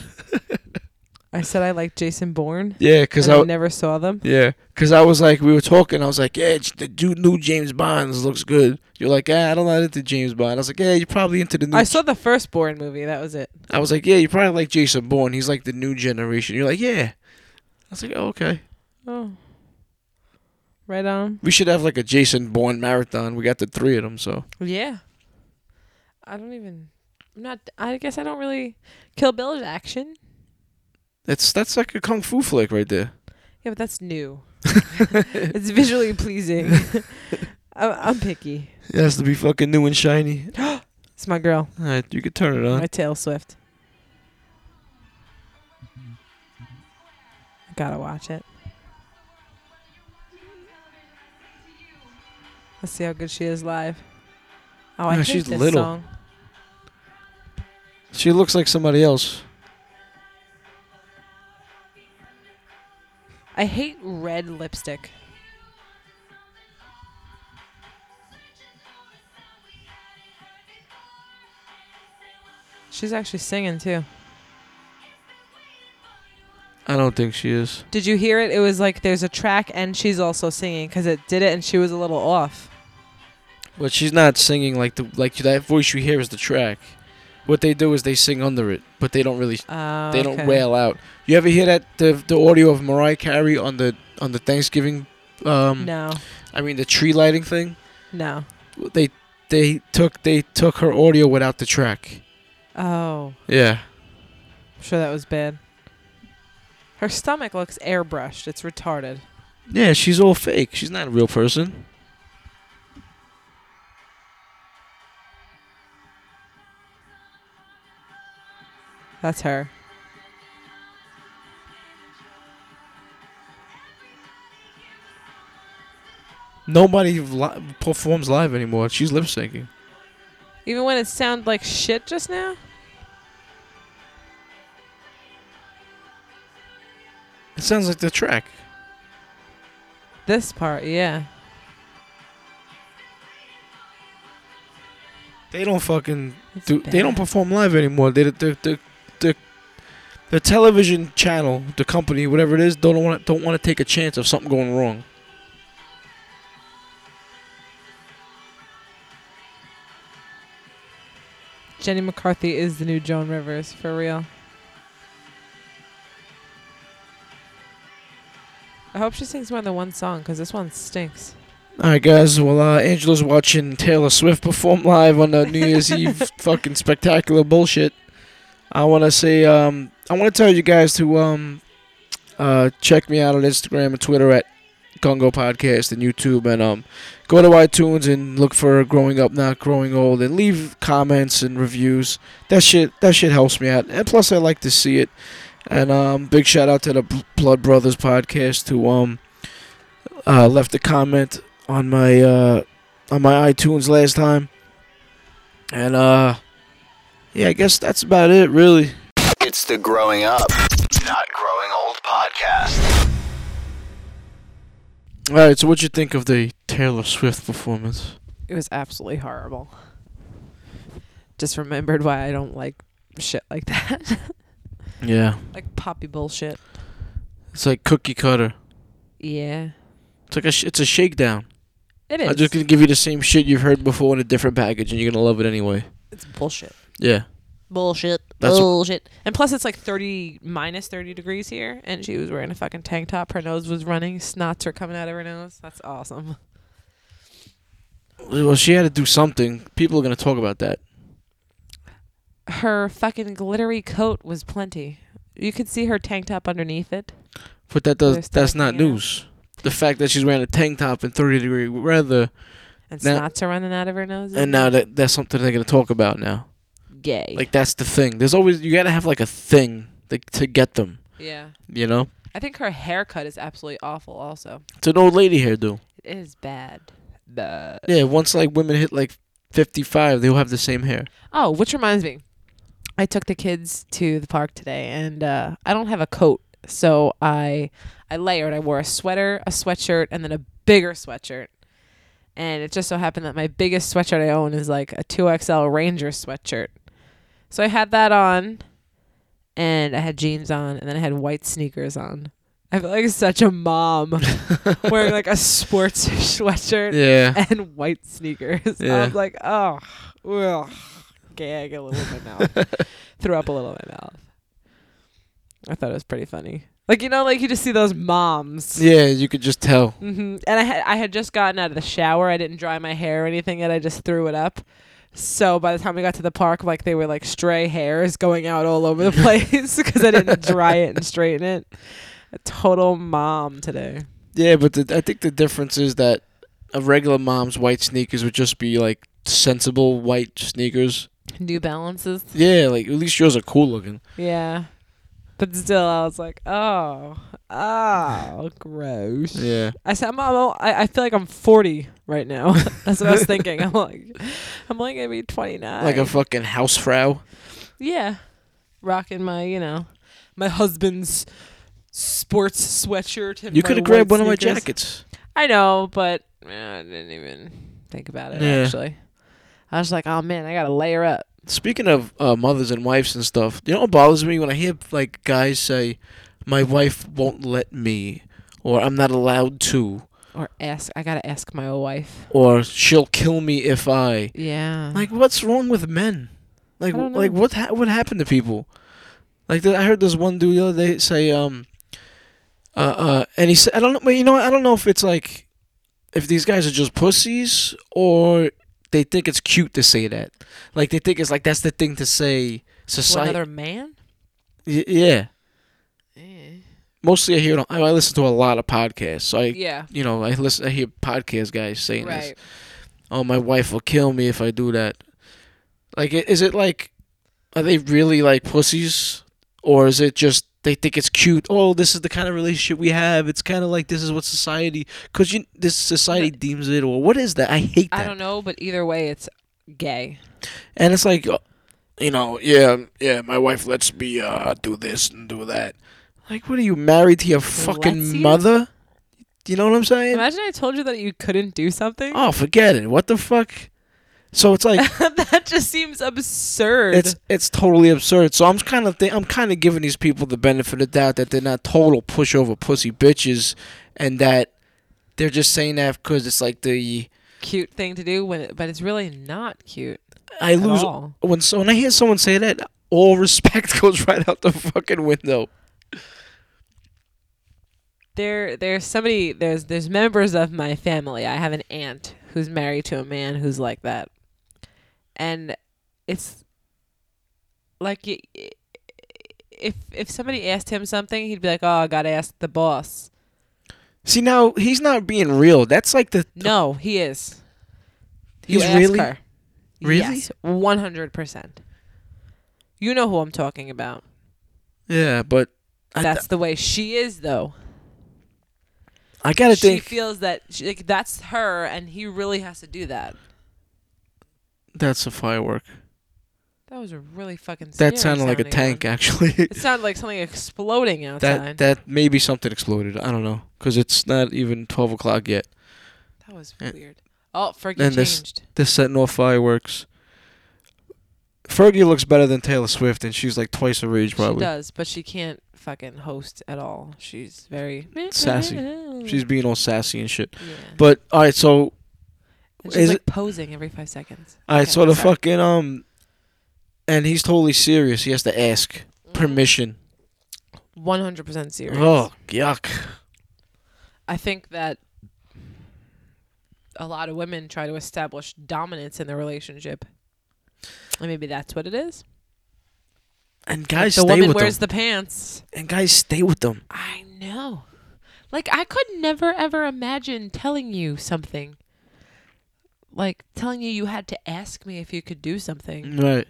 I said I like Jason Bourne,
yeah, because
because
I,
I, never saw them.
Yeah, because I was like, we were talking. I was like, yeah, j- the dude, new James Bonds looks good. You're like, yeah, I don't know into James Bond. I was like, yeah, you're probably into the new.
I saw the first Bourne movie. That was it.
I was like, yeah, you probably like Jason Bourne. He's like the new generation. You're like, yeah. I was like, oh, okay.
Oh, right on.
We should have like a Jason Bourne marathon. We got the three of them, so
Yeah. I don't even. I'm not. I guess I don't really. Kill Bill is action.
that's that's like a kung fu flick right there.
Yeah, but that's new. it's visually pleasing. I'm, I'm picky.
It has to be fucking new and shiny.
It's my girl,
All right, you could turn it on.
my tail swift. Gotta watch it. Let's see how good she is live. Oh, I
Yeah,
hate
she's
this
little.
song.
She looks like somebody else.
I hate red lipstick. She's actually singing too.
I don't think she is.
Did you hear it? It was like there's a track and she's also singing because it did it and she was a little off.
But she's not singing like the like that voice you hear is the track. What they do is they sing under it, but they don't really
Oh,
they don't
okay.
wail out. You ever hear that the the audio of Mariah Carey on the on the Thanksgiving um
No,
I mean the tree lighting thing?
no.
They they took they took her audio without the track.
Oh,
Yeah.
I'm sure that was bad. Her stomach looks airbrushed. It's retarded.
Yeah, she's all fake. She's not a real person.
That's her.
Nobody li- performs live anymore. She's lip syncing.
Even when it sounded like shit just now?
It sounds like the track.
This part, yeah.
They don't fucking
It's
do, they don't
bad.
perform live anymore. They the the the the television channel, the company, whatever it is, don't want don't want to take a chance of something going wrong.
Jenny McCarthy is the new Joan Rivers, for real. I hope she sings more than one song because this one stinks.
All right, guys. Well, uh, Angela's watching Taylor Swift perform live on the New Year's Eve fucking spectacular bullshit. I want to say, um, I want to tell you guys to um, uh, check me out on Instagram and Twitter at Congo Podcast and YouTube, and um, go to iTunes and look for Growing Up Not Growing Old, and leave comments and reviews. That shit, that shit helps me out, and plus I like to see it. And um, big shout out to the B- Blood Brothers Podcast who um, uh, left a comment on my uh, on my iTunes last time, and uh, yeah, I guess that's about it, really.
It's the Growing Up, Not Growing Old podcast.
All right, so what'd you think of the Taylor Swift performance?
It was absolutely horrible. Just remembered why I don't like shit like that.
Yeah,
like poppy bullshit.
it's like cookie cutter.
Yeah.
It's like a sh- it's a shakedown.
It is.
I'm just gonna give you the same shit you've heard before in a different package, and you're gonna love it anyway.
it's bullshit.
Yeah,
Bullshit.
That's-
bullshit. And plus, it's like 30, minus 30 degrees here. And she was wearing a fucking tank top. Her nose was running. Snots were coming out of her nose. That's awesome.
well, she had to do something. People are gonna talk about that.
Her fucking glittery coat was plenty. You could see her tank top underneath it.
But that
They're
does
still
that's not
hanging out.
news. The fact that she's wearing a tank top in 30 degree weather,
And
Now-
snots are running out of her nose.
and now that that's something they're gonna talk about now.
Gay.
Like that's the thing. There's always you gotta have like a thing like, to get them.
yeah.
You know,
I think her haircut is absolutely awful, also.
it's an old lady hairdo.
It is bad.
Yeah, once like women hit like 55, they'll have the same hair.
Oh, which reminds me, I took the kids to the park today, and uh, I don't have a coat, so I I layered. I wore a sweater, a sweatshirt, and then a bigger sweatshirt. And it just so happened that my biggest sweatshirt I own is like a two XL Ranger sweatshirt. So I had that on, and I had jeans on, and then I had white sneakers on. I feel like such a mom wearing like a sports sweatshirt
Yeah.
and white sneakers.
Yeah.
I was like, oh, ugh, gag a little in my mouth. Threw up a little in my mouth. I thought it was pretty funny. Like you know, like you just see those moms.
Yeah, you could just tell.
hmm And I had I had just gotten out of the shower. I didn't dry my hair or anything yet. I just threw it up. So by the time we got to the park, like they were like stray hairs going out all over the place because I didn't dry it and straighten it. A total mom today.
Yeah, but the, I think the difference is that a regular mom's white sneakers would just be like sensible white sneakers.
New Balances.
Yeah, like at least yours are cool looking.
Yeah. But still, I was like, oh, oh, gross.
Yeah.
I said, I'm, I'm, al- I, I feel like I'm 40 right now. That's what I was thinking. I'm like, I'm like gonna be 29.
Like a fucking housefrau.
yeah, rocking my, you know, my husband's sports sweatshirt. And
You
my
could have
white
grabbed one of my
sneakers.
jackets.
I know, but eh, I didn't even think about it.
Yeah.
Actually, I was like, oh man, I gotta layer up.
Speaking of uh, mothers and wives and stuff, you know what bothers me when I hear like guys say, "My wife won't let me," or "I'm not allowed to,"
Or ask. I gotta ask my wife.
or "She'll kill me if I."
Yeah.
Like, what's wrong with men? Like,
I don't
like
know.
what ha- what happened to people? Like, th- I heard this one dude the other day say, um, uh, uh, and he said, I don't know, well, you know, what? I don't know if it's like, if these guys are just pussies or they think it's cute to say that. Like, they think it's like that's the thing to say.
to
Society,
another man.
Y- yeah. Mostly, I hear it. On, I listen to a lot of podcasts, so I,
Yeah.
you know, I listen. I hear podcast guys saying this
Right.
oh my wife will kill me if i do that like i- is it like are they really like pussies or is it just they think it's cute oh this is the kind of relationship we have it's kind of like this is what society because you this society deems it or what is that i hate that
I don't know, but either way, it's gay.
and it's like uh, you know yeah yeah my wife lets me uh do this and do that like what are you married to your fucking
Lets you?
mother you know what i'm saying
Imagine I told you that you couldn't do something.
oh forget it what the fuck so it's like
that just seems absurd.
It's it's totally absurd. So I'm kind of th- I'm kind of giving these people the benefit of the doubt that they're not total pushover pussy bitches, and that they're just saying that because it's like the
cute thing to do when, it, but it's really not cute.
I lose
all.
when so when I hear someone say that, all respect goes right out the fucking window.
There, there's somebody. There's there's members of my family. I have an aunt who's married to a man who's like that, and it's like y- y- if if somebody asked him something, he'd be like, "Oh, I gotta ask the boss."
See now he's not being real. That's like the
No, he is. You
he's
ask
really
her.
really
Yes, one hundred percent. You know who I'm talking about.
yeah. But I,
That's the way she is, though.
I gotta
She
think
feels that she, like, that's her, and he really has to do that.
that's a firework.
That was a really fucking.
That
scary
sounded like a
sounding
tank
one.
actually.
It sounded like something exploding outside.
That that maybe something exploded. I don't know because it's not even twelve o'clock yet.
That was
Yeah.
weird. Oh, Fergie
And
changed.
eh. this- They're setting off fireworks. Fergie looks better than Taylor Swift, and she's like twice her age,
She
probably.
does, but she can't fucking host at all. She's very
Sassy.
Mm.
She's being all sassy and shit.
yeah.
But all right, so
And she's
is
like
it-
posing every five seconds.
all right,
Okay,
so the
sorry.
fucking um, and he's totally serious. He has to ask permission.
One hundred percent Mm. serious.
Oh yuck!
I think that a lot of women try to establish dominance in their relationship. And maybe that's what it is.
And
Like,
guys
the
stay
woman
with them.
wears the pants.
and guys stay with them.
I know. Like I could never ever imagine telling you something. Like telling you you had to ask me if you could do something.
Right.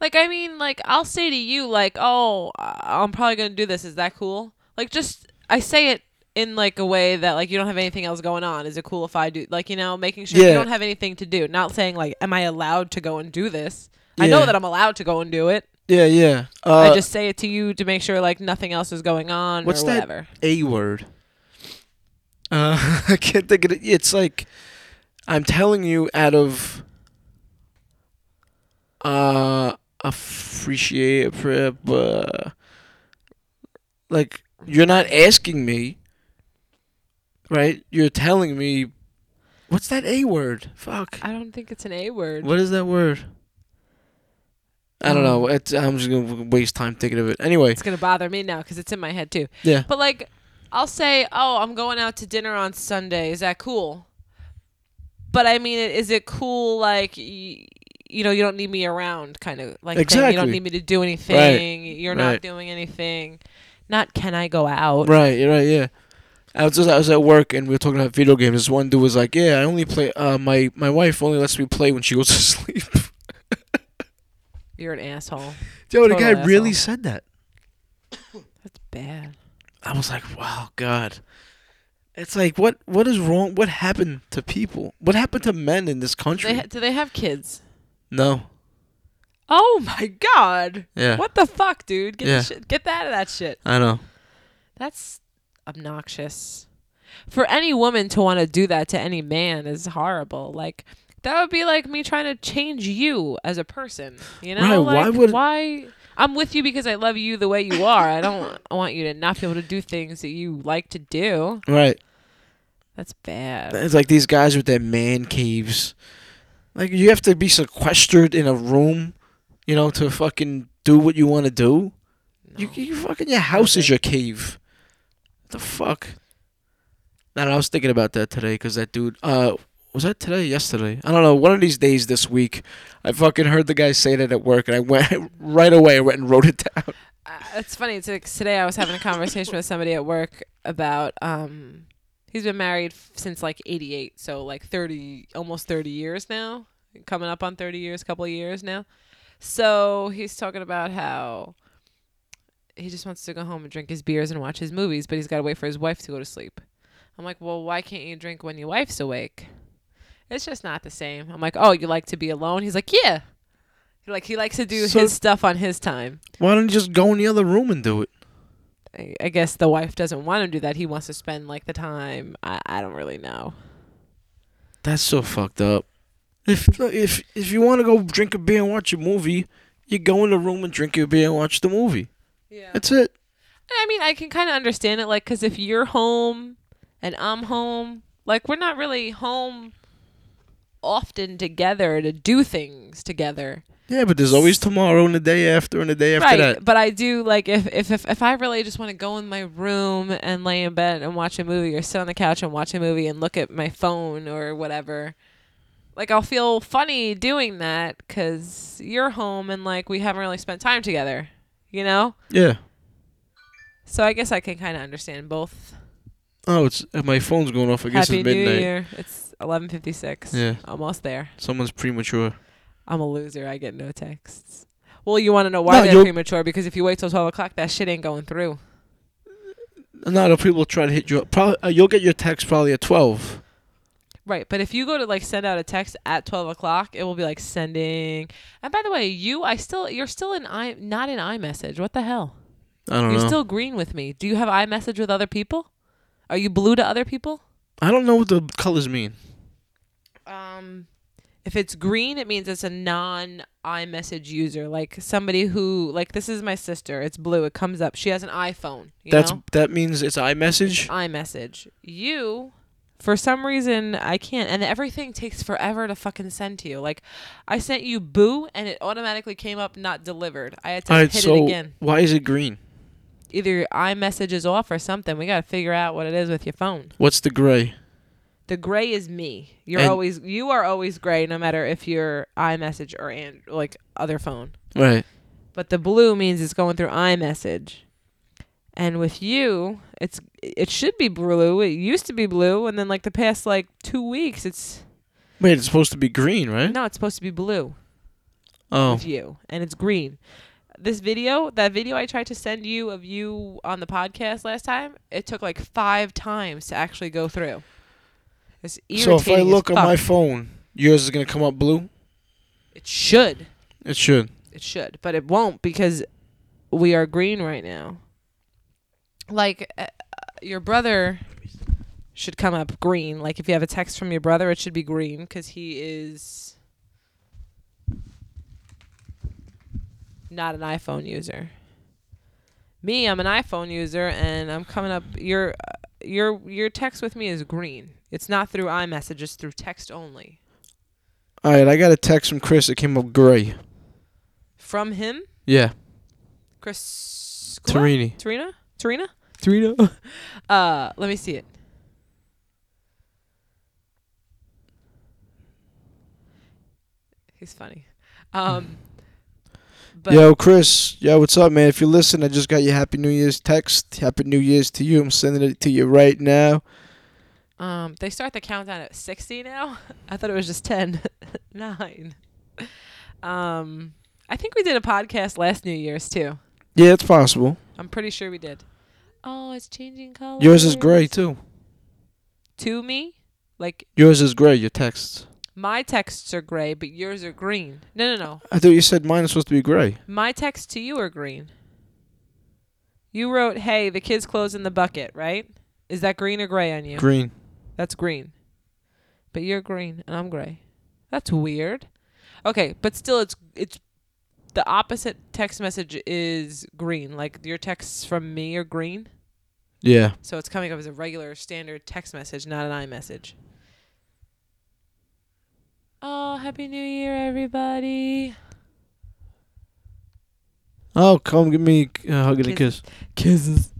Like I mean, like I'll say to you like, "Oh, I- I'm probably going to do this. Is that cool?" Like just I say it in like a way that like you don't have anything else going on. Is it cool if I do like, you know, making sure
Yeah.
you don't have anything to do. Not saying like, "Am I allowed to go and do this?" I
Yeah.
know that I'm allowed to go and do it.
Yeah, yeah. Uh,
I just say it to you to make sure like nothing else is going on
What's
or
that?
whatever.
a word. Uh, I can't think of it. It's like I'm telling you out of uh appreciate prep, uh, like you're not asking me, right? You're telling me. What's that a word? Fuck.
I don't think it's an A word.
What is that word? I don't know. It's, I'm just gonna waste time thinking of it. Anyway,
It's gonna bother me now because it's in my head too.
yeah.
But like, I'll say, "Oh, I'm going out to dinner on Sunday. Is that cool?" But I mean, is it cool? Like, y- you know, you don't need me around, kind of like thing. You
Exactly.
don't need me to do anything. You're
Right.
not doing anything. Not can I go out?
Right. Right. Yeah. I was just, I was at work and we were talking about video games. This one dude was like, "Yeah, I only play. Uh, my my wife only lets me play when she goes to sleep."
You're an asshole.
Yo, the
Total
guy really
asshole.
said that.
That's bad.
I was like, "Wow, God." It's like what what is wrong? What happened to people? What happened to men in this country?
They ha- do they have kids?
no.
Oh my god.
Yeah.
What the fuck, dude? Get
Yeah.
the shit, get that out of that shit.
I know.
That's obnoxious. For any woman to want to do that to any man is horrible. Like that would be like me trying to change you as a person. You know,
Right,
like,
why would-
why? I'm with you because I love you the way you are. I don't I want you to not be able to do things that you like to do.
Right.
That's bad.
It's like these guys with their man caves. Like you have to be sequestered in a room, you know, to fucking do what you want to do. You, you fucking your house is your cave. What the fuck? Now I was thinking about that today because that dude. Uh, was that today? Yesterday? I don't know. One of these days this week, I fucking heard the guy say that at work, and I went right away. I went and wrote it down.
Uh, it's funny. It's like today I was having a conversation with somebody at work about um he's been married f- since like 88, so like 30 almost 30 years now, coming up on 30 years, couple of years now. So, he's talking about how he just wants to go home and drink his beers and watch his movies, but he's got to wait for his wife to go to sleep. I'm like, "Well, why can't you drink when your wife's awake?" It's just not the same. I'm like, "Oh, you like to be alone?" He's like, "Yeah." Like he likes to do
So-
his stuff on his time.
Why don't you just go in the other room and do it?
I I guess the wife doesn't want him to do that. He wants to spend like the time. I, I don't really know.
That's so fucked up. If if if you want to go drink a beer and watch a movie, you go in the room and drink your beer and watch the movie.
Yeah.
That's it.
I mean, I can kind of understand it, like, because if you're home and I'm home, like, we're not really home often together to do things together.
Yeah, but there's always tomorrow and the day after and the day after
right.
that.
But I do, like, if, if, if, if I really just want to go in my room and lay in bed and watch a movie or sit on the couch and watch a movie and look at my phone or whatever, like, I'll feel funny doing that because you're home and, like, we haven't really spent time together, you know?
Yeah.
So I guess I can kind of understand both.
Oh, it's uh, my phone's going off. I guess
Happy
it's
New
midnight.
Year. It's 11:56.
Yeah.
Almost there.
Someone's premature.
I'm a loser. I get no texts. Well, you want to know why
No,
they're
you're-
premature? Because if you wait till 12 o'clock, that shit ain't going through.
A lot of people try to hit you up. Probably uh, you'll get your text probably at twelve.
Right. But if you go to like send out a text at 12 o'clock, it will be like sending. And by the way, you, I still, you're still in i, not in iMessage. What the hell?
I don't
You're
know.
still green with me. Do you have iMessage with other people? Are you blue to other people?
I don't know what the colors mean.
um if it's green it means it's a non iMessage user like somebody who like this is my sister it's blue it comes up she has an iPhone you
That's
know
that means it's iMessage.
iMessage you for some reason I can't and everything takes forever to fucking send to you like I sent you boo and it automatically came up not delivered I had to
All right,
hit
so
it again
why is it green?
either your iMessage is off or something we got to figure out what it is with your phone
What's the gray?
The gray is me. You're
And-
always you are always gray, no matter if you're iMessage or and like other phone.
Right.
But the blue means it's going through iMessage, and with you, it's it should be blue. It used to be blue, and then like the past like two weeks, it's
Wait, it's supposed to be green, right?
no, it's supposed to be blue
Oh.
with you, and it's green. This video, that video I tried to send you of you on the podcast last time, it took like five times to actually go through. It's
So if I
irritating as
look on my
fuck.
phone, yours is gonna come up blue.
it should.
It should.
It should, but it won't because we are green right now. Like uh, your brother should come up green. Like if you have a text from your brother, it should be green because he is not an iPhone user. Me, I'm an iPhone user, and I'm coming up. Your uh, your your text with me is green. It's not through iMessage. It's through text only.
All right, I got a text from Chris. It came up gray.
From him,
Yeah,
Chris.
Tarini.
Tarina? Tarina?
Tarina.
Uh, let me see it. He's funny. Um, But
yo, Chris. Yo, what's up, man? If you listen, I just got your Happy New Year's text. Happy New Year's to you. I'm sending it to you right now.
um, they start the countdown at 60 now. I thought it was just 10, 9. Um, I think we did a podcast last New Year's too.
Yeah, it's possible.
I'm pretty sure we did. Oh, it's changing color.
Yours is gray too.
To me, like
Yours is gray. Your texts.
my texts are gray, but yours are green. No, no, no.
I thought you said mine is supposed to be gray.
My text to you are green. You wrote, "Hey, the kids' clothes in the bucket," right? Is that green or gray on you?
Green.
That's green. But you're green and I'm gray. That's weird. Okay, but still it's it's the opposite text message is green. Like your texts from me are green.
Yeah.
So it's coming up as a regular standard text message, not an iMessage. Oh, happy new year everybody.
Oh, come give me a hug and a kiss.
Kisses.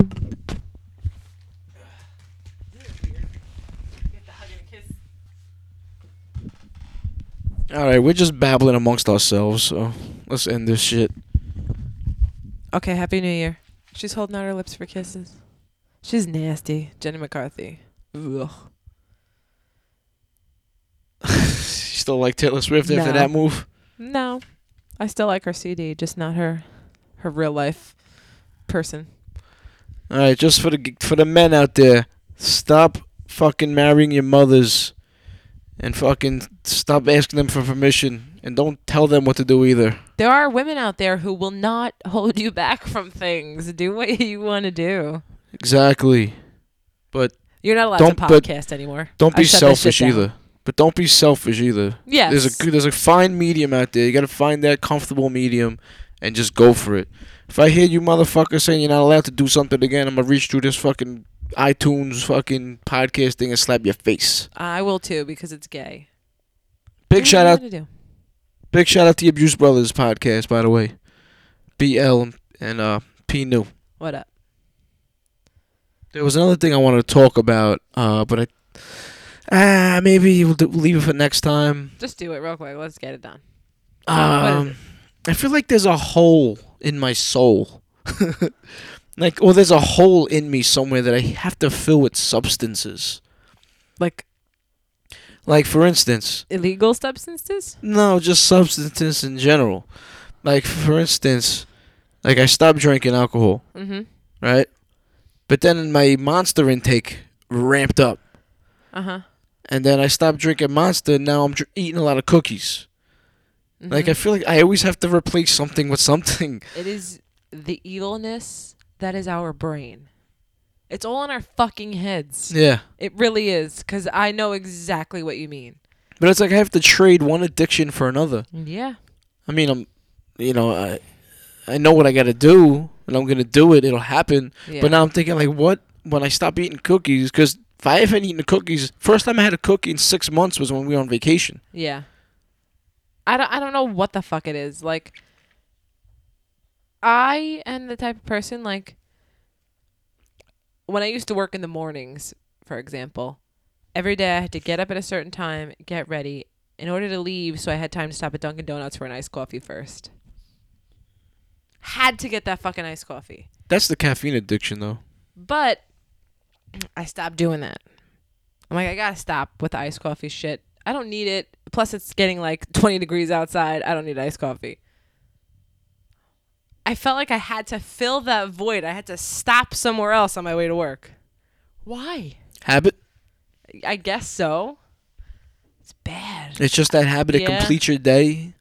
All right, we're just babbling amongst ourselves, so let's end this shit.
Okay, happy new year. She's holding out her lips for kisses. She's nasty, Jenny McCarthy. Ugh.
You still like Taylor Swift after
No.
that move?
No, I still like her CD, just not her, her real life person.
All right, just for the g- for the men out there, stop fucking marrying your mothers, and fucking stop asking them for permission, and don't tell them what to do either.
There are women out there who will not hold you back from things. Do what you want to do.
Exactly, but
You're not allowed
Don't-
to
but
podcast anymore.
don't
I
be
shut this shit
selfish
down.
either. But don't be selfish either.
Yes.
There's a good, there's a fine medium out there. You gotta find that comfortable medium, and just go for it. If I hear you motherfucker saying you're not allowed to do something again, I'm gonna reach through this fucking iTunes fucking podcast thing and slap your face.
I will too because it's gay.
Big
Do
shout
what you
out,
wanna do.
big shout out to the Abuse Brothers podcast, by the way. BL and uh P New.
What up?
There was another thing I wanted to talk about, uh, but I ah maybe we'll, do, we'll leave it for next time.
Just do it real quick. Let's get it done. is
Um, I feel like there's a hole in my soul. like, or there's a hole in me somewhere that I have to fill with substances.
Like
Like, for instance,
illegal substances?
no, just substances in general. Like, for instance, like I stopped drinking alcohol,
Mm-hmm.
right? But then my monster intake ramped up.
Uh huh.
and then I stopped drinking Monster. and Now I'm dr- eating a lot of cookies. Like I feel like I always have to replace something with something.
It is the evilness that is our brain. It's all in our fucking heads.
Yeah,
It really is, because I know exactly what you mean.
but it's like I have to trade one addiction for another.
Yeah.
I mean, I'm, you know, I, I know what I got to do, and I'm gonna do it. It'll happen.
Yeah.
But now I'm thinking like, what when I stop eating cookies? Because if I haven't eaten cookies, first time I had a cookie in six months was when we were on vacation.
Yeah. I don't, I don't know what the fuck it is. Like, I am the type of person, like, when I used to work in the mornings, for example, every day I had to get up at a certain time, get ready in order to leave, so I had time to stop at Dunkin' Donuts for an iced coffee first. Had to get that fucking iced coffee.
That's the caffeine addiction, though.
But I stopped doing that. I'm like, I gotta stop with the iced coffee shit. I don't need it. Plus, it's getting like 20 degrees outside. I don't need iced coffee. I felt like I had to fill that void. I had to stop somewhere else on my way to work. Why?
Habit.
I guess so. It's bad.
It's just that habit. It
Yeah.
completes your day.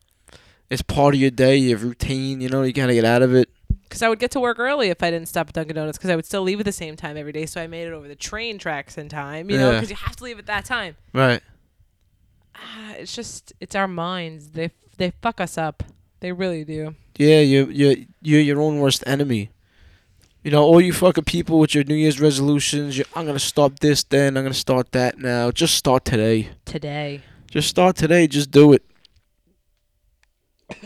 It's part of your day, your routine. You know, you gotta get out of it.
Because I would get to work early if I didn't stop at Dunkin' Donuts because I would still leave at the same time every day. So I made it over the train tracks in time, you know,
Yeah.
because you have to leave at that time.
Right.
Ah, it's just it's our minds. They they fuck us up. They really do.
Yeah, you you you're your own worst enemy. You know, all you fucking people with your New Year's resolutions, you, I'm gonna stop this then, I'm gonna start that now. Just start today.
Today.
Just start today, just do it.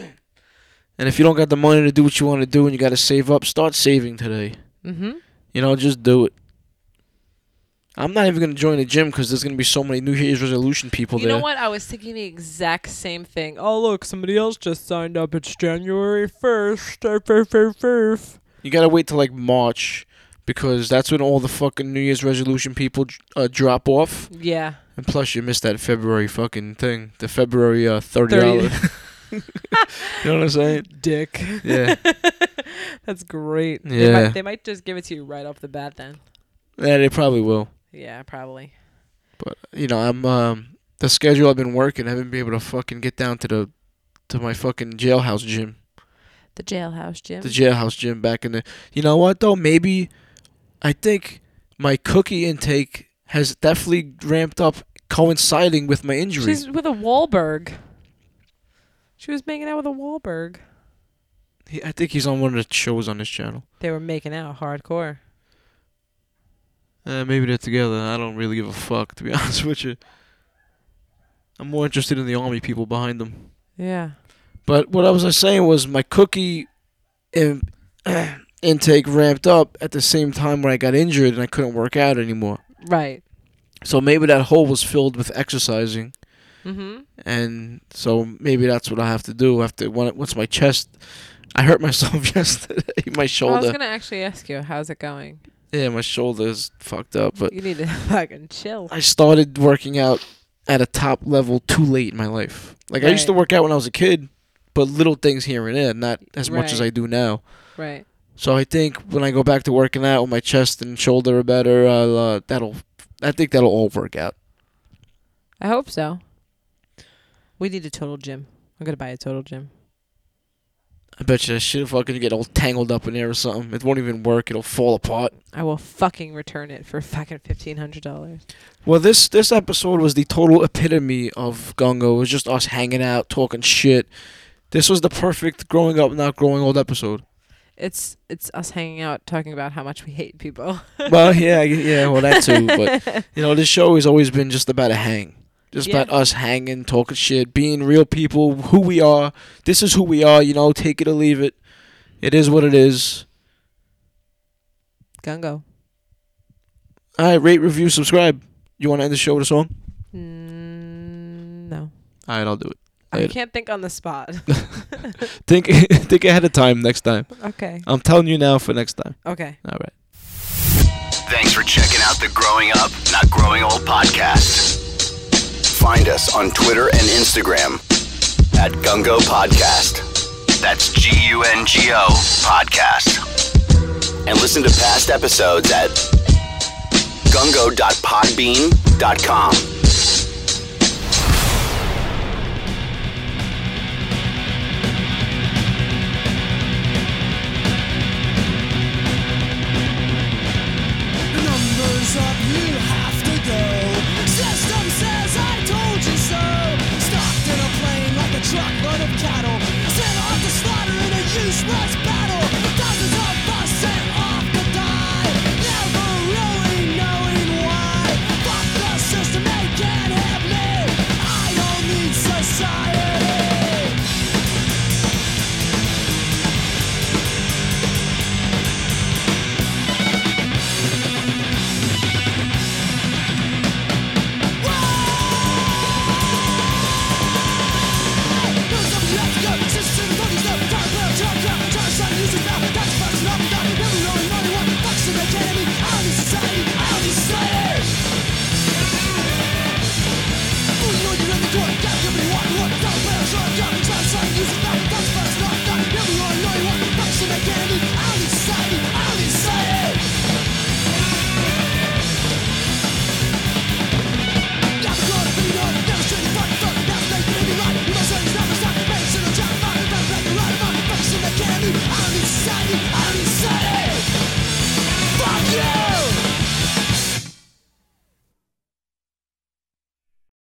And if you don't got the money to do what you want to do and
Mm-hmm.
you got to save up, start saving today.
Mhm.
You know, just do it. I'm not even gonna join a gym because there's gonna be so many New Year's resolution people
You
there.
know what? I was thinking the exact same thing. Oh, look, somebody else just signed up. It's January 1st. Erf, erf, erf, erf.
You gotta wait till like March because that's when all the fucking New Year's resolution people uh, drop off.
Yeah.
And plus, you missed that February fucking thing, the February uh, thirty dollars. you know what I'm saying?
Dick.
Yeah,
That's great. They,
Yeah.
might, they might just give it to you right off the bat then.
yeah, they probably will.
Yeah, probably.
But you know, I'm um, the schedule I've been working. I haven't been able to fucking get down to the to my fucking jailhouse gym,
The jailhouse gym.
the jailhouse gym back in the. You know what though? Maybe I think my cookie intake has definitely ramped up, coinciding with my injury.
She's with a Wahlberg. She was making out with a Wahlberg.
He, I think he's on one of the shows on this channel.
They were making out hardcore.
Uh, maybe they're together. I don't really give a fuck, to be honest with you. I'm more interested in the army people behind them.
Yeah.
But what I was uh, saying was my cookie in, intake ramped up at the same time when I got injured and I couldn't work out anymore.
Right.
So maybe that hole was filled with exercising,
Mm-hmm.
and so maybe that's what I have to do after when, once my chest. I hurt myself yesterday. My
I was
shoulder,
gonna actually ask you, how's it going?
yeah, my shoulder's fucked up. But
you need to fucking chill.
I started working out at a top level too late in my life. Like I used to
Right.
work out when I was a kid, but little things here and there, not as much as
Right.
I do now.
Right.
So I think when I go back to working out, when my chest and shoulder are better, I'll, uh, that'll, I think that'll all work out.
I hope so. We need a total gym. I'm gonna buy a total gym.
I bet you that shit will fucking get all tangled up in there or something. It won't even work. It'll fall apart.
I will fucking return it for fucking fifteen hundred dollars.
Well, this this episode was the total epitome of Gungo. It was just us hanging out, talking shit. This was the perfect growing up, not growing old episode.
It's it's us hanging out talking about how much we hate people.
well, yeah, I gu- yeah, well that too. But you know, this show has always been just about a hang, just
Yeah.
about us hanging, talking shit, being real people, who we are. This is who we are. You know, take it or leave it. It is what it is.
Gungo.
All right, rate, review, subscribe. You want to end the show with a song?
Mm, no.
All right, I'll do it.
I
Later.
can't think on the spot.
Think think ahead of time next time.
okay.
I'm telling you now for next time.
Okay.
All right.
Thanks for checking out the Growing Up, Not Growing Old podcast. Find us on Twitter and Instagram at Gungo Podcast. That's G U N G O Podcast. And listen to past episodes at gungo.podbean.com.
The numbers up, you have to go. System says I told you so. Stopped in a plane like a truckload of cattle. Sent off to slaughter in a useless